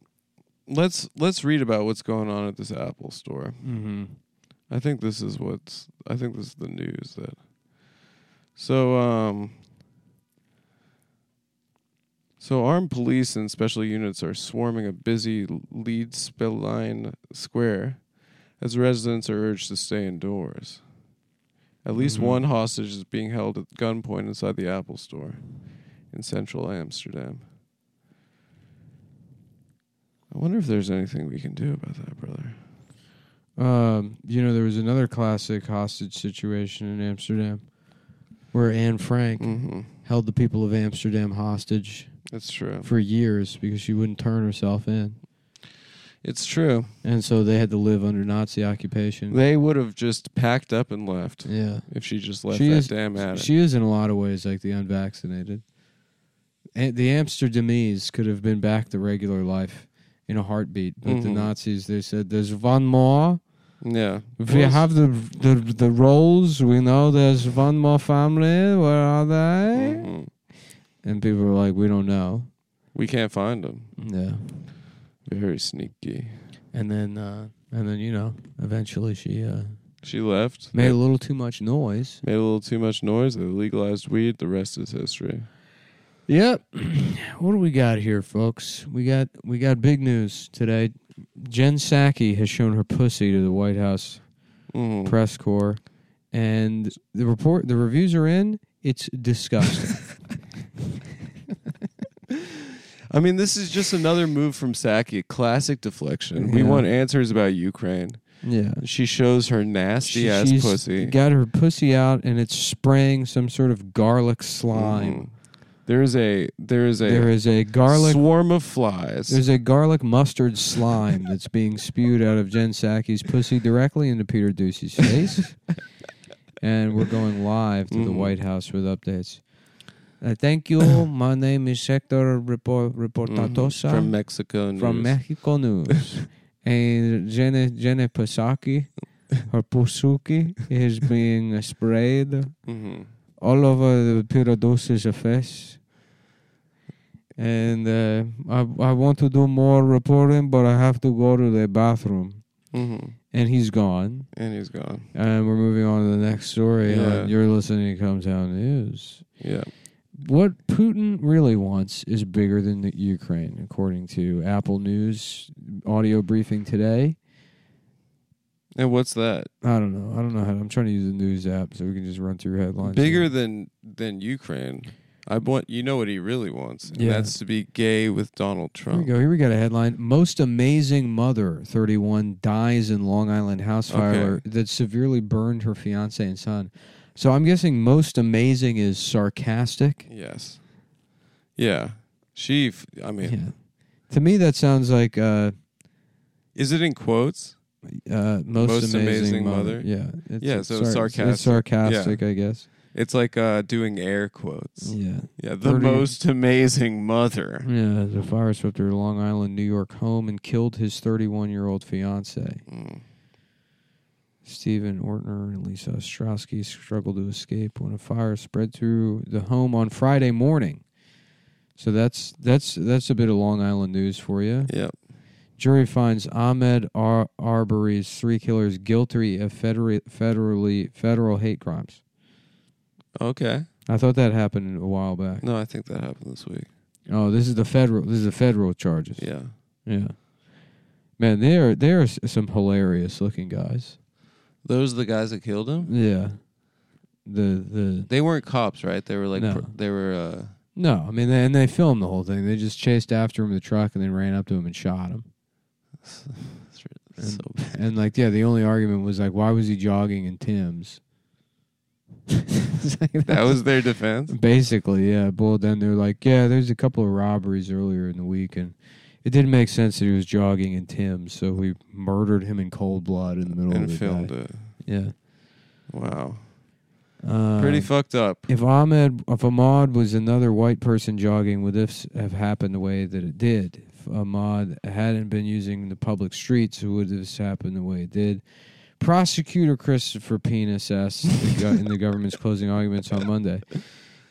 Speaker 2: let's let's read about what's going on at this Apple store.
Speaker 1: Mm-hmm.
Speaker 2: I think this is what's I think this is the news that so um so armed police and special units are swarming a busy Leeds Spillane square as residents are urged to stay indoors. At least
Speaker 1: Mhm.
Speaker 2: one hostage is being held at gunpoint inside the Apple store in central Amsterdam. I wonder if there's anything we can do about that, brother.
Speaker 1: Um, you know, there was another classic hostage situation in Amsterdam where Anne Frank
Speaker 2: Mm-hmm.
Speaker 1: held the people of Amsterdam hostage
Speaker 2: It's true.
Speaker 1: for years because she wouldn't turn herself in.
Speaker 2: It's true.
Speaker 1: And so they had to live under Nazi occupation.
Speaker 2: They would have just packed up and left
Speaker 1: yeah.
Speaker 2: if she just left
Speaker 1: She
Speaker 2: that
Speaker 1: is-
Speaker 2: damn attic.
Speaker 1: She is in a lot of ways like the unvaccinated. And the Amsterdamese could have been back to regular life in a heartbeat, but the
Speaker 2: Mhm.
Speaker 1: Nazis they said there's one more.
Speaker 2: yeah.
Speaker 1: We have the the the roles. We know there's one more family. Where are they?
Speaker 2: Mhm.
Speaker 1: And people were like, we don't know.
Speaker 2: We can't find them.
Speaker 1: Yeah.
Speaker 2: Very sneaky.
Speaker 1: And then uh, and then you know, eventually she uh,
Speaker 2: She left.
Speaker 1: made a little too much noise.
Speaker 2: Made a little too much noise. They legalized weed. The rest is history.
Speaker 1: Yep. what do we got here, folks? We got we got big news today. Jen Psaki has shown her pussy to the White House
Speaker 2: Mm.
Speaker 1: press corps, and the report, the reviews are in. It's disgusting.
Speaker 2: I mean, this is just another move from Saki. Classic deflection. We
Speaker 1: Yeah.
Speaker 2: want answers about Ukraine.
Speaker 1: yeah.
Speaker 2: She shows her nasty
Speaker 1: She-
Speaker 2: ass
Speaker 1: she's
Speaker 2: pussy.
Speaker 1: Got her pussy out, and it's spraying some sort of garlic slime.
Speaker 2: Mhm. There is a there is a
Speaker 1: There is a garlic.
Speaker 2: swarm of flies.
Speaker 1: There's a garlic mustard slime that's being spewed out of Jen Psaki's pussy directly into Peter Ducey's face. and we're going live to the
Speaker 2: Mhm.
Speaker 1: White House with updates. Uh, thank you. My name is Sector Repo-
Speaker 2: Mhm.
Speaker 1: Reportadosa
Speaker 2: from Mexico.
Speaker 1: from
Speaker 2: news.
Speaker 1: Mexico News. and Jen, Jen Psaki, her pusuki, is being sprayed
Speaker 2: Mhm.
Speaker 1: all over the Pyrodosis face. And uh, I I want to do more reporting, but I have to go to the bathroom.
Speaker 2: Mhm.
Speaker 1: And he's gone.
Speaker 2: And he's gone.
Speaker 1: And we're moving on to the next story.
Speaker 2: Yeah.
Speaker 1: And you're listening to Cometown News.
Speaker 2: Yeah.
Speaker 1: What Putin really wants is bigger than the Ukraine, according to Apple News audio briefing today.
Speaker 2: And what's that?
Speaker 1: I don't know. I don't know how. To, I'm trying to use the news app so we can just run through headlines.
Speaker 2: Bigger than than Ukraine. I want you know what he really wants. And
Speaker 1: Yeah.
Speaker 2: That's to be gay with Donald
Speaker 1: Here we
Speaker 2: Trump.
Speaker 1: go. Here we got a headline. Most amazing mother, 31, dies in Long Island house fire
Speaker 2: Okay.
Speaker 1: that severely burned her fiance and son. So I'm guessing most amazing is sarcastic.
Speaker 2: Yes. Yeah. She. f- I mean,
Speaker 1: To me, that sounds like uh,
Speaker 2: is it in quotes?
Speaker 1: uh, most,
Speaker 2: Most
Speaker 1: amazing,
Speaker 2: amazing
Speaker 1: mother.
Speaker 2: mother.
Speaker 1: Yeah. It's,
Speaker 2: Yeah,
Speaker 1: it's
Speaker 2: so it's
Speaker 1: It's sarcastic, I guess.
Speaker 2: It's like uh, doing air quotes.
Speaker 1: Yeah.
Speaker 2: Yeah, the
Speaker 1: Pretty-
Speaker 2: most amazing mother.
Speaker 1: Yeah. The fire swept her Long Island, New York home and killed his 31 year old fiance.
Speaker 2: Mm.
Speaker 1: Stephen Ortner and Lisa Ostrowski struggled to escape when a fire spread through the home on Friday morning. So that's that's that's a bit of Long Island news for you.
Speaker 2: Yeah.
Speaker 1: Jury finds Ahmed Ar- Arbery's three killers guilty of federally, federally federal hate crimes.
Speaker 2: Okay.
Speaker 1: I thought that happened a while back.
Speaker 2: No, I think that happened this week.
Speaker 1: Oh, this is the federal this is the federal charges.
Speaker 2: Yeah.
Speaker 1: Yeah. Man, they are they are s- some hilarious looking guys.
Speaker 2: Those are the guys that killed him.
Speaker 1: Yeah. The the
Speaker 2: They weren't cops, right? They were like
Speaker 1: No.
Speaker 2: pr- they were. uh
Speaker 1: No, I mean, they, and they filmed the whole thing. They just chased after him in the truck and then ran up to him and shot him.
Speaker 2: it's re- so bad.
Speaker 1: And like, yeah, the only argument was like, why was he jogging in Tim's? It's like,
Speaker 2: That was their defense.
Speaker 1: basically, yeah. Boiled down, they were like, yeah, there's a couple of robberies earlier in the week, and it didn't make sense that he was jogging in Tim's, so we murdered him in cold blood in the middle of
Speaker 2: And
Speaker 1: the
Speaker 2: filmed
Speaker 1: day.
Speaker 2: it.
Speaker 1: Yeah,
Speaker 2: Wow.
Speaker 1: um,
Speaker 2: Pretty fucked up.
Speaker 1: If Ahmed, if Ahmad was another white person jogging, would this have happened the way that it did? If Ahmad hadn't been using the public streets, would this happen the way it did? Prosecutor Christopher Penis asked the go- in the government's closing arguments on Monday.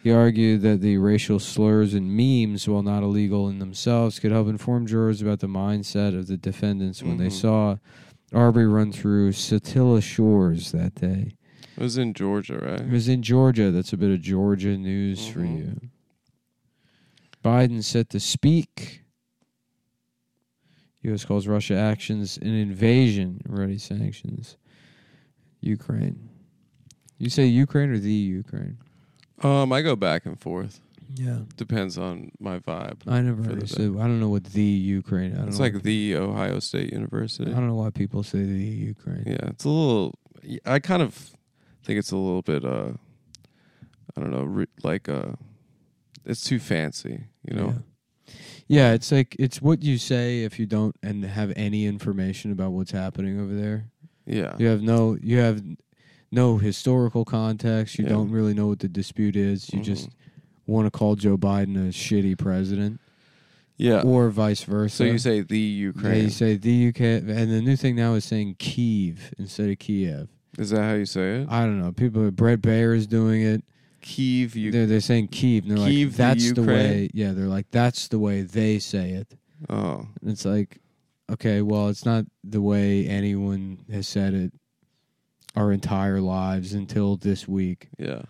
Speaker 1: He argued that the racial slurs and memes, while not illegal in themselves, could help inform jurors about the mindset of the defendants when they
Speaker 2: Mhm.
Speaker 1: saw Arbery run through Satilla Shores that day.
Speaker 2: It was in Georgia,
Speaker 1: It
Speaker 2: right?
Speaker 1: was in Georgia. That's a bit of Georgia news for
Speaker 2: Mhm.
Speaker 1: you. Biden set to speak. U.S. calls Russia actions an invasion, already sanctions. Ukraine. You say Ukraine or the Ukraine?
Speaker 2: Um, I go back and forth.
Speaker 1: Yeah,
Speaker 2: Depends on my vibe.
Speaker 1: I never
Speaker 2: For the
Speaker 1: heard. it said- I don't know what the Ukraine. I don't
Speaker 2: It's
Speaker 1: know
Speaker 2: like
Speaker 1: why-
Speaker 2: the Ohio State
Speaker 1: I
Speaker 2: University.
Speaker 1: don't know why people say the Ukraine.
Speaker 2: Yeah, it's a little. I kind of think it's a little bit. uh I don't know, re- like uh, it's too fancy, you know.
Speaker 1: Yeah. Yeah, it's like it's what you say if you don't and have any information about what's happening over there.
Speaker 2: Yeah,
Speaker 1: You have no you have no historical context. You
Speaker 2: Yeah.
Speaker 1: don't really know what the dispute is. You just
Speaker 2: Mhm.
Speaker 1: want to call Joe Biden a shitty president
Speaker 2: yeah.
Speaker 1: or uh, vice versa.
Speaker 2: So you say the
Speaker 1: yeah,
Speaker 2: Ukraine?
Speaker 1: you say the UK and the new thing now is saying Kiev instead of Kiev.
Speaker 2: Is that how you say it?
Speaker 1: I don't know. People Brett Baer is doing it.
Speaker 2: Kiev, Ukraine.
Speaker 1: They're, they're saying Kiev. And they're
Speaker 2: Kiev,
Speaker 1: like
Speaker 2: the
Speaker 1: that's the
Speaker 2: Ukraine?
Speaker 1: way. Yeah, they're like that's the way they say it.
Speaker 2: Oh,
Speaker 1: And It's like, okay, well, it's not the way anyone has said it our entire lives until this week.
Speaker 2: yeah.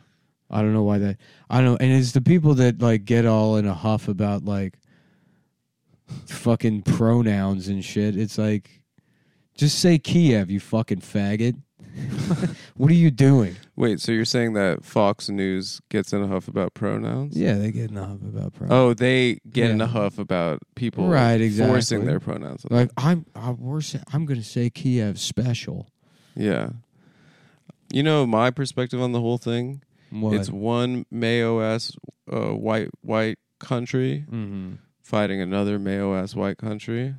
Speaker 1: I don't know why that. I don't know. And it's the people that like get all in a huff about like fucking pronouns and shit. It's like, just say Kiev, you fucking faggot. what are you doing?
Speaker 2: Wait, so you're saying that Fox News gets in a huff about pronouns?
Speaker 1: Yeah, they get in a huff about pronouns.
Speaker 2: Oh, they get in a
Speaker 1: Yeah.
Speaker 2: huff about people
Speaker 1: Right, exactly.
Speaker 2: Oh, forcing their pronouns. on
Speaker 1: Like I'm, I'm, worse, I'm gonna say Kiev special.
Speaker 2: them. yeah. You know my perspective on the whole thing.
Speaker 1: What?
Speaker 2: It's one mayo ass uh, white white country
Speaker 1: hmm
Speaker 2: fighting another mayo ass white country.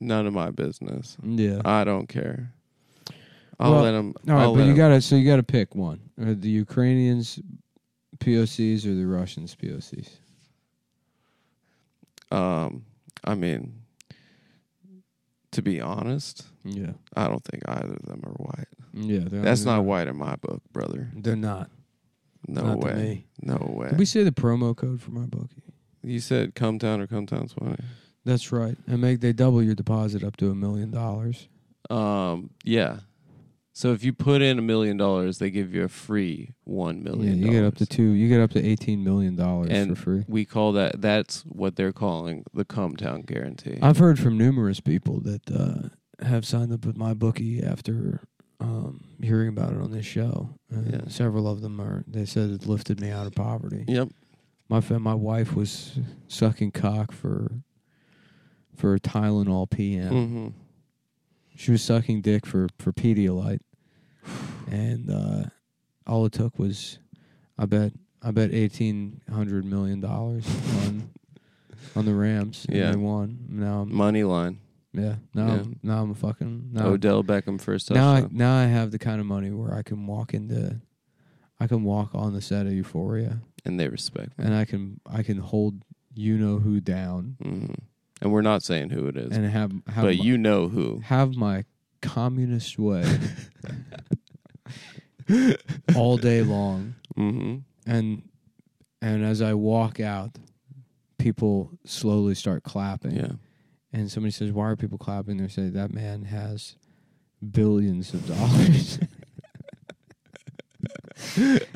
Speaker 2: None of my business.
Speaker 1: Yeah.
Speaker 2: I don't care. I'll
Speaker 1: Well,
Speaker 2: let them.
Speaker 1: All right,
Speaker 2: I'll
Speaker 1: but
Speaker 2: let
Speaker 1: you
Speaker 2: 'em-
Speaker 1: gotta so you gotta pick one: Are the Ukrainians POCs or the Russians POCs.
Speaker 2: Um, I mean, to be honest,
Speaker 1: Yeah,
Speaker 2: I don't think either of them are white.
Speaker 1: yeah. they're-
Speaker 2: That's
Speaker 1: they're
Speaker 2: not white in my book, brother.
Speaker 1: They're not.
Speaker 2: No
Speaker 1: Not to
Speaker 2: way.
Speaker 1: me.
Speaker 2: No way.
Speaker 1: Did we say the promo code for my bookie?
Speaker 2: you said come down or come down twenty.
Speaker 1: That's right, and make they double your deposit up to a million dollars.
Speaker 2: Um, yeah. So if you put in a million dollars, they give you a free one
Speaker 1: Yeah,
Speaker 2: million.
Speaker 1: you get up to
Speaker 2: dollars.
Speaker 1: two. You get up to eighteen million dollars for
Speaker 2: And-
Speaker 1: free.
Speaker 2: We call that. That's what they're calling the come down guarantee.
Speaker 1: I've heard from numerous people that uh, have signed up with my bookie after um, hearing about it on this show. Uh,
Speaker 2: Yeah.
Speaker 1: Several of them are. They said it lifted me out of poverty.
Speaker 2: yep.
Speaker 1: My fa- my wife was sucking cock for for Tylenol PM.
Speaker 2: Mm-hmm.
Speaker 1: She was sucking dick for for Pedialyte, and uh, all it took was, I bet I bet eighteen hundred million dollars on on the Rams. and
Speaker 2: Yeah.
Speaker 1: they won. Now I'm
Speaker 2: Money line.
Speaker 1: yeah now
Speaker 2: Yeah. Oh,
Speaker 1: I'm, now I'm a fucking now
Speaker 2: Odell Beckham first
Speaker 1: now I,
Speaker 2: touchdown.
Speaker 1: now I have the kind of money where I can walk into, I can walk on the set of Euphoria,
Speaker 2: and they respect.
Speaker 1: and I can I can hold you know who down
Speaker 2: hmm And we're not saying who it is,
Speaker 1: and have have
Speaker 2: but
Speaker 1: my,
Speaker 2: you know who.
Speaker 1: have my communist way all day long
Speaker 2: Mm-hmm.
Speaker 1: and and as I walk out people slowly start clapping
Speaker 2: Yeah.
Speaker 1: and somebody says why are people clapping they say that man has billions of dollars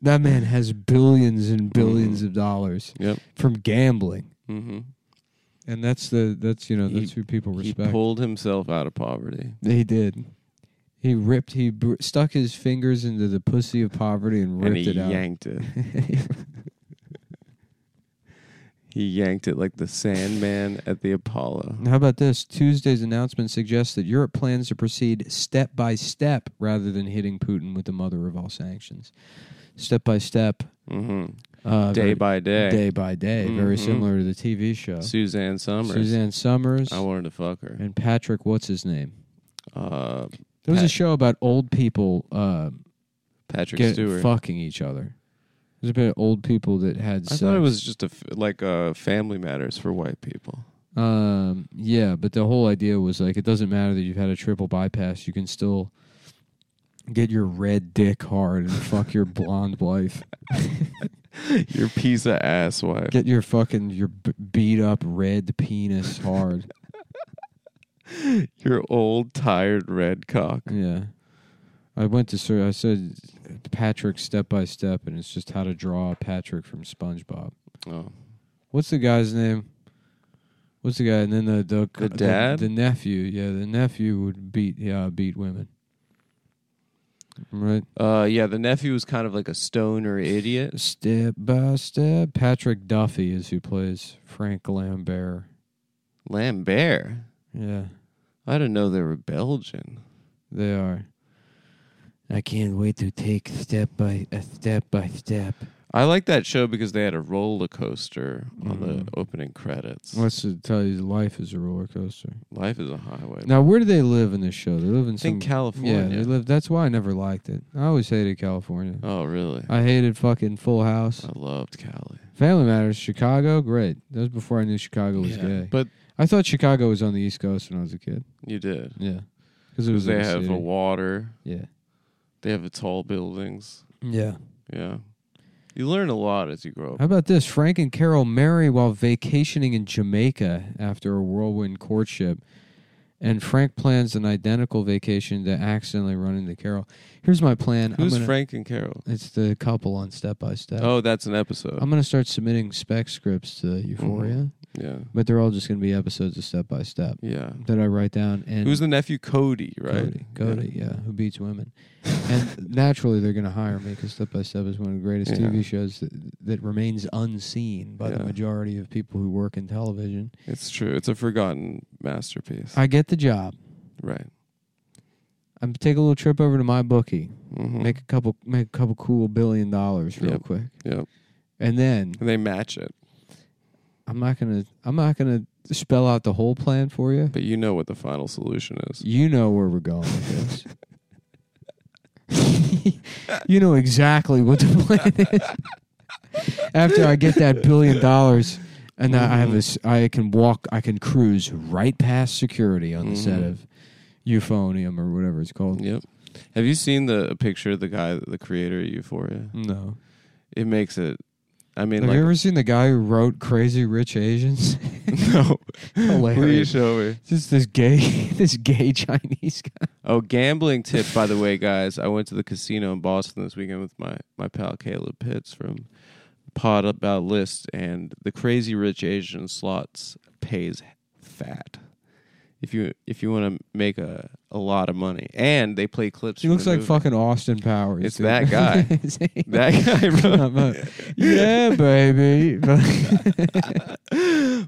Speaker 1: that man has billions and 1000000000s of dollars
Speaker 2: Mm-hmm. Yep.
Speaker 1: from gambling
Speaker 2: Mm-hmm.
Speaker 1: and that's the that's you know
Speaker 2: He-
Speaker 1: that's who people
Speaker 2: He
Speaker 1: respect
Speaker 2: pulled himself out of poverty.
Speaker 1: He did. He ripped. He br- stuck his fingers into the pussy of poverty and
Speaker 2: and
Speaker 1: ripped
Speaker 2: he
Speaker 1: it out.
Speaker 2: yanked it. He yanked it like the Sandman at the Apollo.
Speaker 1: How about this? Tuesday's announcement suggests that Europe plans to proceed step by step rather than hitting Putin with the mother of all sanctions. Step by step,
Speaker 2: hmm
Speaker 1: uh,
Speaker 2: Day
Speaker 1: very-
Speaker 2: by day.
Speaker 1: day by day, very
Speaker 2: Mhm.
Speaker 1: similar to the TV show.
Speaker 2: Suzanne Summers.
Speaker 1: Suzanne Summers
Speaker 2: I wanted to fuck her.
Speaker 1: and Patrick. What's his name?
Speaker 2: Uh,
Speaker 1: There was a
Speaker 2: Pat-
Speaker 1: show about old people uh,
Speaker 2: Patrick
Speaker 1: get,
Speaker 2: Stewart.
Speaker 1: fucking each other. There's a bit of old people that had.
Speaker 2: I thought it was just a f- like uh, Family Matters for white people.
Speaker 1: Um, yeah, but the whole idea was like it doesn't matter that you've had a triple bypass, you can still get your red dick hard and fuck your blonde wife.
Speaker 2: Your piece of ass wife.
Speaker 1: Get your fucking your b- beat up red penis hard.
Speaker 2: Your old tired red cock.
Speaker 1: Yeah. I went to sir I said Patrick step by step and it's just how to draw Patrick from SpongeBob. Mm.
Speaker 2: Oh.
Speaker 1: What's the guy's name? What's the guy? And then the the,
Speaker 2: The dad?
Speaker 1: the, nephew. Yeah, the nephew would beat yeah beat women. Right.
Speaker 2: Uh, yeah, the nephew was kind of like a stoner idiot.
Speaker 1: Step by step, Patrick Duffy is who plays Frank Lambert.
Speaker 2: Lambert.
Speaker 1: Yeah,
Speaker 2: I didn't know they were Belgian.
Speaker 1: they are. I can't wait to take step by a step by step.
Speaker 2: I like that show because they had a roller coaster on
Speaker 1: Mhm.
Speaker 2: the opening credits.
Speaker 1: What's to tell you? Life is a roller coaster.
Speaker 2: Life is a highway.
Speaker 1: Now, where do they live in this show? They live in
Speaker 2: I think
Speaker 1: some. Yeah,
Speaker 2: California.
Speaker 1: they live. That's why I never liked it. I always hated California.
Speaker 2: oh, really?
Speaker 1: I hated fucking Full House.
Speaker 2: I loved Cali.
Speaker 1: Family Matters, Chicago, great. That was before I knew Chicago was gay.
Speaker 2: But
Speaker 1: I thought Chicago was on the East Coast when I was a kid.
Speaker 2: you did.
Speaker 1: Yeah, because
Speaker 2: Because
Speaker 1: it was in
Speaker 2: they
Speaker 1: the
Speaker 2: have
Speaker 1: city.
Speaker 2: the water.
Speaker 1: yeah,
Speaker 2: They have the tall buildings.
Speaker 1: yeah.
Speaker 2: Yeah. You learn a lot as you grow up.
Speaker 1: How about this? Frank and Carol marry while vacationing in Jamaica after a whirlwind courtship. And Frank plans an identical vacation to accidentally run into Carol. Here's my plan. I'm
Speaker 2: Who's
Speaker 1: gonna-
Speaker 2: Frank and Carol?
Speaker 1: It's the couple on Step by Step.
Speaker 2: Oh, Mm-hmm. that's an episode.
Speaker 1: I'm going to start submitting spec scripts to Euphoria,
Speaker 2: yeah.
Speaker 1: but they're all just going to be episodes of Step by Step
Speaker 2: Yeah.
Speaker 1: that I write down. And
Speaker 2: Who's the nephew? Cody, right?
Speaker 1: Cody, Cody, yeah, who beats women. and naturally, they're going to hire me because Step by Step is one of the greatest
Speaker 2: Yeah.
Speaker 1: TV shows that, that remains unseen by the
Speaker 2: Yeah.
Speaker 1: majority of people who work in television.
Speaker 2: It's true. It's a forgotten masterpiece.
Speaker 1: I get the job.
Speaker 2: right.
Speaker 1: I'm take a little trip over to my bookie,
Speaker 2: Mm-hmm.
Speaker 1: make a couple, make a couple cool billion dollars real
Speaker 2: Yep.
Speaker 1: quick,
Speaker 2: Yep.
Speaker 1: and then
Speaker 2: And they match it.
Speaker 1: I'm not gonna, I'm not gonna spell out the whole plan for you.
Speaker 2: But you know what the final solution is.
Speaker 1: You know where we're going with this. you know exactly what the plan is. After I get that billion dollars, and I I have a, s- I can walk, I can cruise right past security on the set
Speaker 2: Mhm.
Speaker 1: of Euphonium or whatever it's called.
Speaker 2: Yep. Have you seen the a picture of the guy, the creator of Euphoria?
Speaker 1: No,
Speaker 2: It makes it. I mean,
Speaker 1: have
Speaker 2: like,
Speaker 1: you ever seen the guy who wrote Crazy Rich Asians?
Speaker 2: no. Please
Speaker 1: Hilarious.
Speaker 2: show me.
Speaker 1: Just this gay, this gay Chinese guy.
Speaker 2: Oh, gambling tip, by the way, guys. I went to the casino in Boston this weekend with my, my pal Caleb Pitts from Pod About List, and the Crazy Rich Asian slots pays fat. If you if you want to make a, a lot of money, and they play clips.
Speaker 1: He
Speaker 2: from
Speaker 1: looks
Speaker 2: the
Speaker 1: like
Speaker 2: movie.
Speaker 1: fucking Austin Powers.
Speaker 2: It's
Speaker 1: dude.
Speaker 2: that guy. that guy. Bro.
Speaker 1: yeah, baby.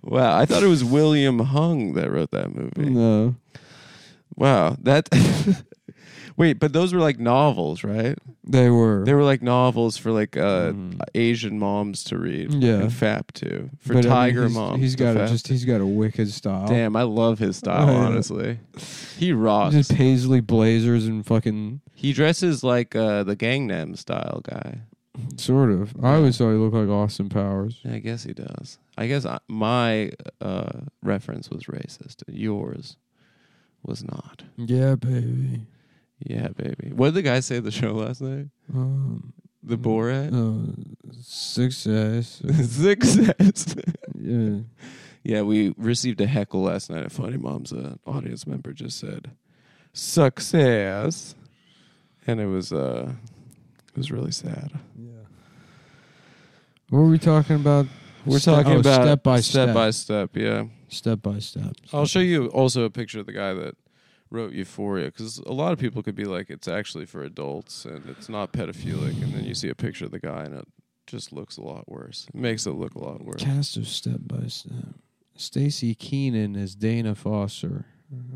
Speaker 2: Wow, I thought it was William Hung that wrote that movie.
Speaker 1: no.
Speaker 2: Wow, that. Wait, but those were like novels, right?
Speaker 1: They were.
Speaker 2: They were like novels for like uh,
Speaker 1: Mm.
Speaker 2: Asian moms to read.
Speaker 1: Yeah.
Speaker 2: and fap to for
Speaker 1: But, I mean,
Speaker 2: Tiger
Speaker 1: he's-
Speaker 2: Mom.
Speaker 1: He's
Speaker 2: to
Speaker 1: got a
Speaker 2: fap.
Speaker 1: just he's got a wicked style.
Speaker 2: Damn, I love his style.
Speaker 1: Oh, yeah.
Speaker 2: Honestly, he
Speaker 1: He's
Speaker 2: rocks.
Speaker 1: Just paisley blazers and fucking
Speaker 2: he dresses like uh, the Gangnam Style guy.
Speaker 1: sort of. I always thought he looked like Austin Powers.
Speaker 2: I guess he does. I guess I, my uh, reference was racist. Yours was not.
Speaker 1: Yeah, baby.
Speaker 2: Yeah, baby. What did the guy say at the show last night?
Speaker 1: Um,
Speaker 2: The
Speaker 1: Mm.
Speaker 2: Borat.
Speaker 1: uh, success.
Speaker 2: Success.
Speaker 1: yeah.
Speaker 2: yeah, we received a heckle last night at Funny Moms. An audience member just said, "Success," and it was uh, it was really sad.
Speaker 1: Yeah. What were we talking about?
Speaker 2: We're
Speaker 1: Ste-
Speaker 2: talking
Speaker 1: oh,
Speaker 2: about
Speaker 1: step by
Speaker 2: step by step. Yeah,
Speaker 1: Step by step.
Speaker 2: I'll show you also a picture of the guy that wrote Euphoria because a lot of people could be like, it's actually for adults and it's not pedophilic, and then you see a picture of the guy and it just looks a lot worse. It makes it look a lot worse.
Speaker 1: Cast of Step by Step. Stacy Keenan as Dana Foster.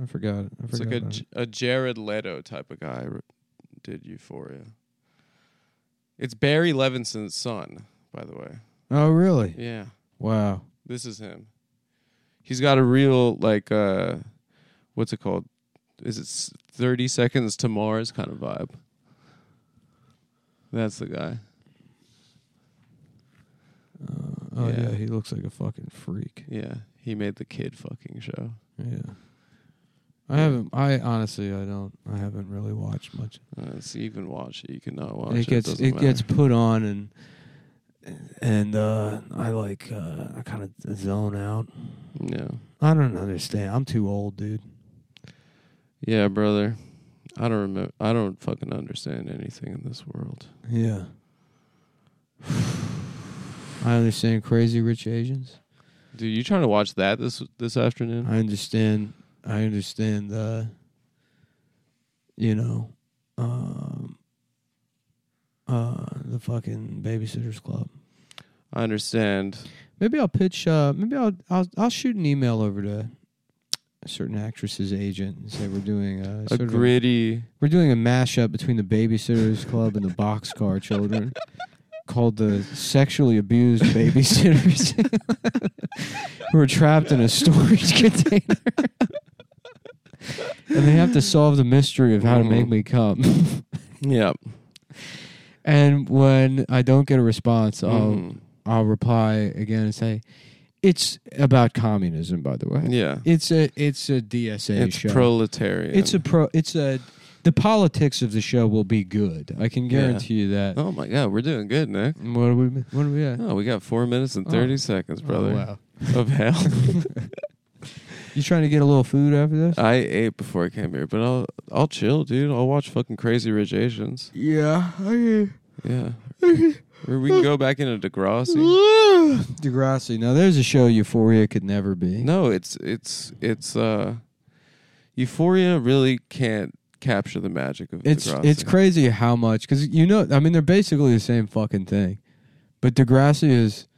Speaker 1: I forgot. I forgot.
Speaker 2: It's like a,
Speaker 1: about
Speaker 2: J-
Speaker 1: it.
Speaker 2: a Jared Leto type of guy r- did Euphoria. It's Barry Levinson's son, by the way.
Speaker 1: oh, really?
Speaker 2: Yeah,
Speaker 1: Wow.
Speaker 2: this is him. He's got a real like, uh, what's it called? Is it s- Thirty Seconds to Mars kind of vibe? That's the guy.
Speaker 1: Uh, oh yeah.
Speaker 2: Yeah.
Speaker 1: he looks like a fucking freak.
Speaker 2: Yeah, he made the kid fucking show.
Speaker 1: Yeah. I haven't. I honestly, I don't. I haven't really watched much.
Speaker 2: Uh, so you can watch it. You cannot watch it.
Speaker 1: it gets.
Speaker 2: doesn't
Speaker 1: It,
Speaker 2: matter.
Speaker 1: gets put on and and uh I like. uh I kind of zone out.
Speaker 2: yeah,
Speaker 1: I don't understand. I'm too old, dude.
Speaker 2: yeah, brother. I don't remember. I don't fucking understand anything in this world.
Speaker 1: Yeah. I understand crazy rich Asians.
Speaker 2: Dude, you trying to watch that this this afternoon?
Speaker 1: I understand. I understand. Uh, you know, um, uh, the fucking Babysitters Club.
Speaker 2: I understand.
Speaker 1: Maybe I'll pitch. Uh, maybe I'll, I'll I'll shoot an email over to a certain actress's agent and say we're doing a,
Speaker 2: A
Speaker 1: sort of a-
Speaker 2: gritty.
Speaker 1: we're doing a mashup between the Babysitters Club and the Boxcar Children, called the Sexually Abused Babysitters. who are trapped in a storage container, and they have to solve the mystery of how to make
Speaker 2: Mhm.
Speaker 1: me come.
Speaker 2: Yeah.
Speaker 1: And when I don't get a response, I'll
Speaker 2: Mhm.
Speaker 1: I'll reply again and say, "It's about communism, by the way.
Speaker 2: Yeah.
Speaker 1: It's a it's a DSA
Speaker 2: It's
Speaker 1: show.
Speaker 2: proletarian.
Speaker 1: it's a pro. It's a the politics of the show will be good. I can
Speaker 2: Yeah.
Speaker 1: guarantee you that.
Speaker 2: Oh my god, we're doing good, Nick.
Speaker 1: What are we? What are we at?
Speaker 2: Oh, we got four minutes and
Speaker 1: Oh.
Speaker 2: thirty seconds, brother.
Speaker 1: Oh, wow.
Speaker 2: Of hell.
Speaker 1: You trying to get a little food after this?
Speaker 2: I ate before I came here, but I'll I'll chill, dude. I'll watch fucking Crazy Rich Asians.
Speaker 1: yeah.
Speaker 2: Yeah. or we can go back into Degrassi.
Speaker 1: Degrassi. Now there's a show Euphoria could never be.
Speaker 2: No, it's it's it's uh Euphoria really can't capture the magic of
Speaker 1: It's
Speaker 2: Degrassi.
Speaker 1: it's crazy how much because you know I mean they're basically the same fucking thing, but Degrassi is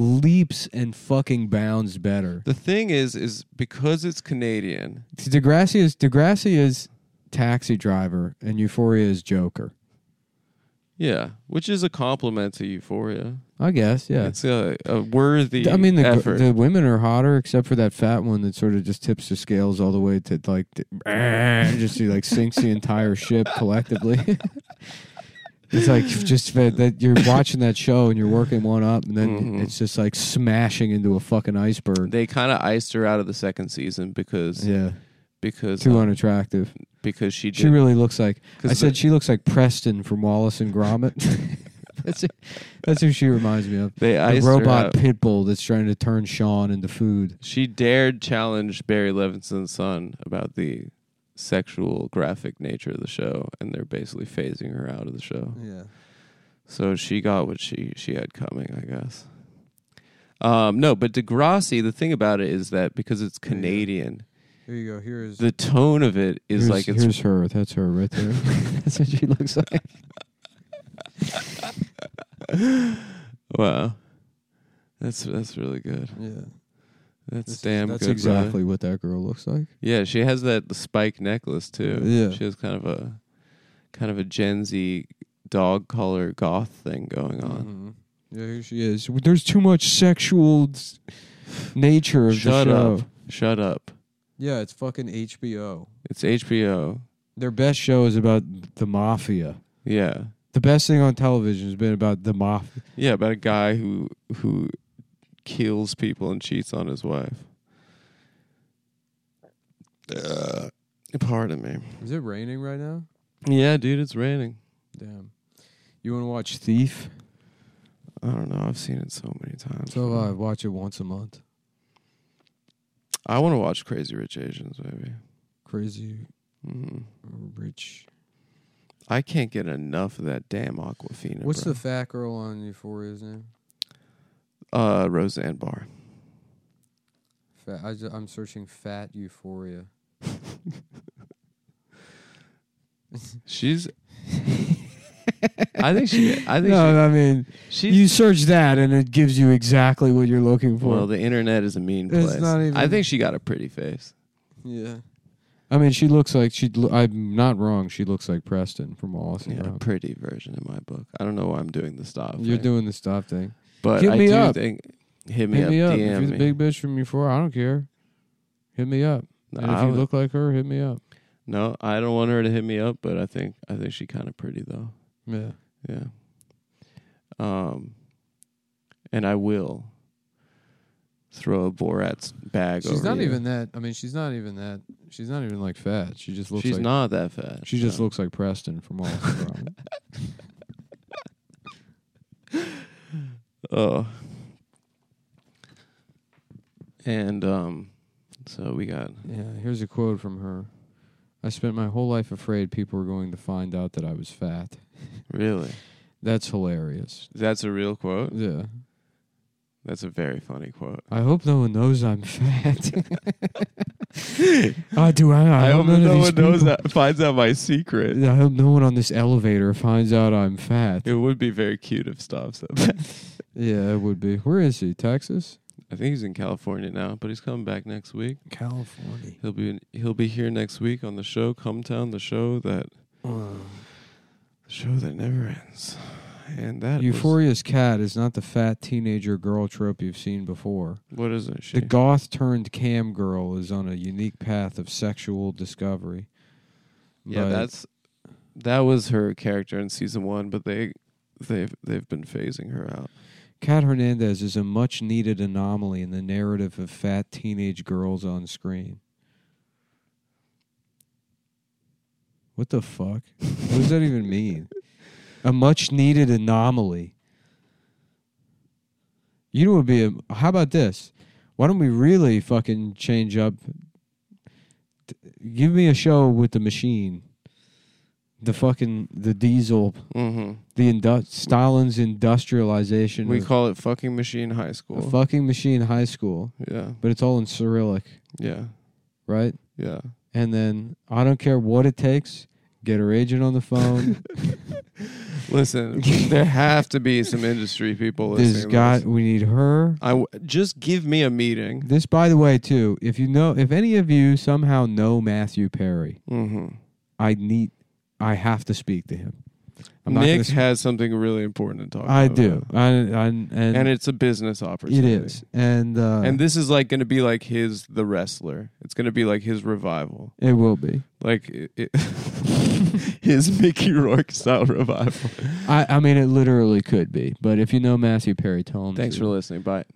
Speaker 1: leaps and fucking bounds better.
Speaker 2: The thing is is because it's Canadian.
Speaker 1: Degrassi is Degrassi is Taxi Driver and Euphoria is Joker.
Speaker 2: Yeah, which is a compliment to Euphoria.
Speaker 1: I guess yeah.
Speaker 2: It's a, a worthy
Speaker 1: I mean the gr-
Speaker 2: effort.
Speaker 1: the women are hotter except for that fat one that sort of just tips the scales all the way to like the, just she like sinks the entire ship collectively. It's like you've just fed that you're watching that show and you're working one up, and then
Speaker 2: Mhm.
Speaker 1: it's just like smashing into a fucking iceberg.
Speaker 2: they kind of iced her out of the second season because
Speaker 1: Yeah,
Speaker 2: because
Speaker 1: too
Speaker 2: uh,
Speaker 1: unattractive.
Speaker 2: because she did
Speaker 1: She really looks like
Speaker 2: 'cause
Speaker 1: I said.
Speaker 2: the-
Speaker 1: She looks like Preston from Wallace and Gromit. that's who, that's who she reminds me of.
Speaker 2: they
Speaker 1: The
Speaker 2: iced her
Speaker 1: robot
Speaker 2: out.
Speaker 1: pit bull that's trying to turn Sean into food.
Speaker 2: She dared challenge Barry Levinson's son about the sexual graphic nature of the show, and they're basically phasing her out of the show.
Speaker 1: Yeah.
Speaker 2: So she got what she she had coming, I guess. Um, no, but Degrassi, the thing about it is that because it's
Speaker 1: There you go.
Speaker 2: Canadian,
Speaker 1: Here you go. Here is
Speaker 2: the tone of it is
Speaker 1: here's,
Speaker 2: like it's
Speaker 1: here's her. That's her right there. that's what she looks like.
Speaker 2: wow, that's that's really good.
Speaker 1: Yeah.
Speaker 2: That's damn
Speaker 1: That's
Speaker 2: good. brother.
Speaker 1: exactly what that girl looks like.
Speaker 2: Yeah, she has that spike necklace too.
Speaker 1: Yeah.
Speaker 2: she has kind of a kind of a Gen Z dog collar goth thing going on.
Speaker 1: Mm-hmm. Yeah, here she is. There's too much sexual s- nature of
Speaker 2: Shut
Speaker 1: the show.
Speaker 2: up! Shut up!
Speaker 1: Yeah, it's fucking HBO.
Speaker 2: It's HBO.
Speaker 1: Their best show is about the mafia.
Speaker 2: Yeah,
Speaker 1: The best thing on television has been about the mafia.
Speaker 2: yeah, about a guy who who kills people and cheats on his wife. Uh, pardon me.
Speaker 1: Is it raining right now?
Speaker 2: Yeah, dude, it's raining.
Speaker 1: Damn. You want to watch Thief?
Speaker 2: I don't know. I've seen it so many times.
Speaker 1: So I watch it once a month.
Speaker 2: I want to watch Crazy Rich Asians, baby.
Speaker 1: Crazy
Speaker 2: hmm
Speaker 1: rich.
Speaker 2: I can't get enough of that damn Aquafina.
Speaker 1: What's
Speaker 2: bro.
Speaker 1: the fat girl on Euphoria's name?
Speaker 2: Uh, Roseanne Barr.
Speaker 1: Fat, I am searching fat Euphoria.
Speaker 2: She's. I think she. I think
Speaker 1: No, I mean,
Speaker 2: she, she's.
Speaker 1: you search that and it gives you exactly what you're looking for.
Speaker 2: well, the internet is a mean
Speaker 1: It's
Speaker 2: place.
Speaker 1: not even-
Speaker 2: I think she got a pretty face.
Speaker 1: yeah. I mean, she looks like she. I'm not wrong. She looks like Preston from Wallace and
Speaker 2: Yeah, Oh, a
Speaker 1: Gromit.
Speaker 2: pretty version in my book. I don't know why I'm doing the stop.
Speaker 1: You're
Speaker 2: thing,
Speaker 1: doing the stop thing.
Speaker 2: but
Speaker 1: hit
Speaker 2: I
Speaker 1: me
Speaker 2: do
Speaker 1: up.
Speaker 2: think hit me
Speaker 1: Hit
Speaker 2: up.
Speaker 1: me up. If
Speaker 2: DM
Speaker 1: you're the
Speaker 2: me.
Speaker 1: big bitch from Euphoria, I don't care. Hit me up.
Speaker 2: no,
Speaker 1: And
Speaker 2: I
Speaker 1: if you
Speaker 2: would-
Speaker 1: look like her, hit me up.
Speaker 2: no, I don't want her to hit me up, but I think I think she kind of pretty though.
Speaker 1: Yeah.
Speaker 2: Yeah. Um. And I will throw a Borat's bag over.
Speaker 1: She's not
Speaker 2: you.
Speaker 1: even that. I mean, she's not even that. She's not even like fat. She just looks
Speaker 2: She's
Speaker 1: like
Speaker 2: not that fat.
Speaker 1: she just
Speaker 2: no.
Speaker 1: looks like Preston from Wallace and Gromit.
Speaker 2: Oh. And um so we got
Speaker 1: Yeah, here's a quote from her. I spent my whole life afraid people were going to find out that I was fat.
Speaker 2: really.
Speaker 1: That's hilarious.
Speaker 2: That's a real quote.
Speaker 1: Yeah.
Speaker 2: That's a very funny quote.
Speaker 1: I hope no one knows I'm fat. I Ah, do. I, I,
Speaker 2: I hope
Speaker 1: none of
Speaker 2: no
Speaker 1: these
Speaker 2: one knows
Speaker 1: people-
Speaker 2: that finds out my secret.
Speaker 1: I hope no one on this elevator finds out I'm fat.
Speaker 2: It would be very cute if Stav said that.
Speaker 1: Yeah, it would be. Where is he? Texas?
Speaker 2: I think he's in California now, but he's coming back next week.
Speaker 1: California.
Speaker 2: He'll be in, he'll be here next week on the show. Come town, the show that the show that never ends. And that was-
Speaker 1: Euphoria's cat is not the fat teenager girl trope you've seen before.
Speaker 2: what is it? She,
Speaker 1: The goth turned cam girl is on a unique path of sexual discovery.
Speaker 2: yeah,
Speaker 1: But-
Speaker 2: that's that was her character in season one, but they they've they've been phasing her out.
Speaker 1: Kat Hernandez is a much needed anomaly in the narrative of fat teenage girls on screen. What the fuck? What does that even mean? A much needed anomaly. You know what would be a how about this? Why don't we really fucking change up T- give me a show with the machine. The fucking the diesel
Speaker 2: Mm-hmm.
Speaker 1: the indu- Stalin's industrialization
Speaker 2: We
Speaker 1: of-
Speaker 2: call it fucking machine high
Speaker 1: a
Speaker 2: school.
Speaker 1: fucking machine high school,
Speaker 2: yeah,
Speaker 1: but it's all in Cyrillic,
Speaker 2: yeah,
Speaker 1: right?
Speaker 2: yeah.
Speaker 1: And then I don't care what it takes, get her agent on the phone.
Speaker 2: Listen, there have to be some industry people listening.
Speaker 1: this
Speaker 2: to
Speaker 1: guy,
Speaker 2: this.
Speaker 1: we need her.
Speaker 2: I w- just give me a meeting.
Speaker 1: This, by the way, too, if you know, if any of you somehow know Matthew Perry,
Speaker 2: Mm-hmm.
Speaker 1: I need, I have to speak to him. I'm not
Speaker 2: Nick
Speaker 1: gonna sp-
Speaker 2: has something really important to talk.
Speaker 1: I
Speaker 2: about.
Speaker 1: do. I, I and,
Speaker 2: and it's a business
Speaker 1: it
Speaker 2: opportunity.
Speaker 1: is, and uh,
Speaker 2: and this is like going to be like his the wrestler. It's going to be like his revival,
Speaker 1: it will be.
Speaker 2: like it, it- his Mickey Rourke style revival.
Speaker 1: I, I mean, it literally could be. But if you know Matthew Perry, tell him.
Speaker 2: Thanks
Speaker 1: to.
Speaker 2: for listening. Bye.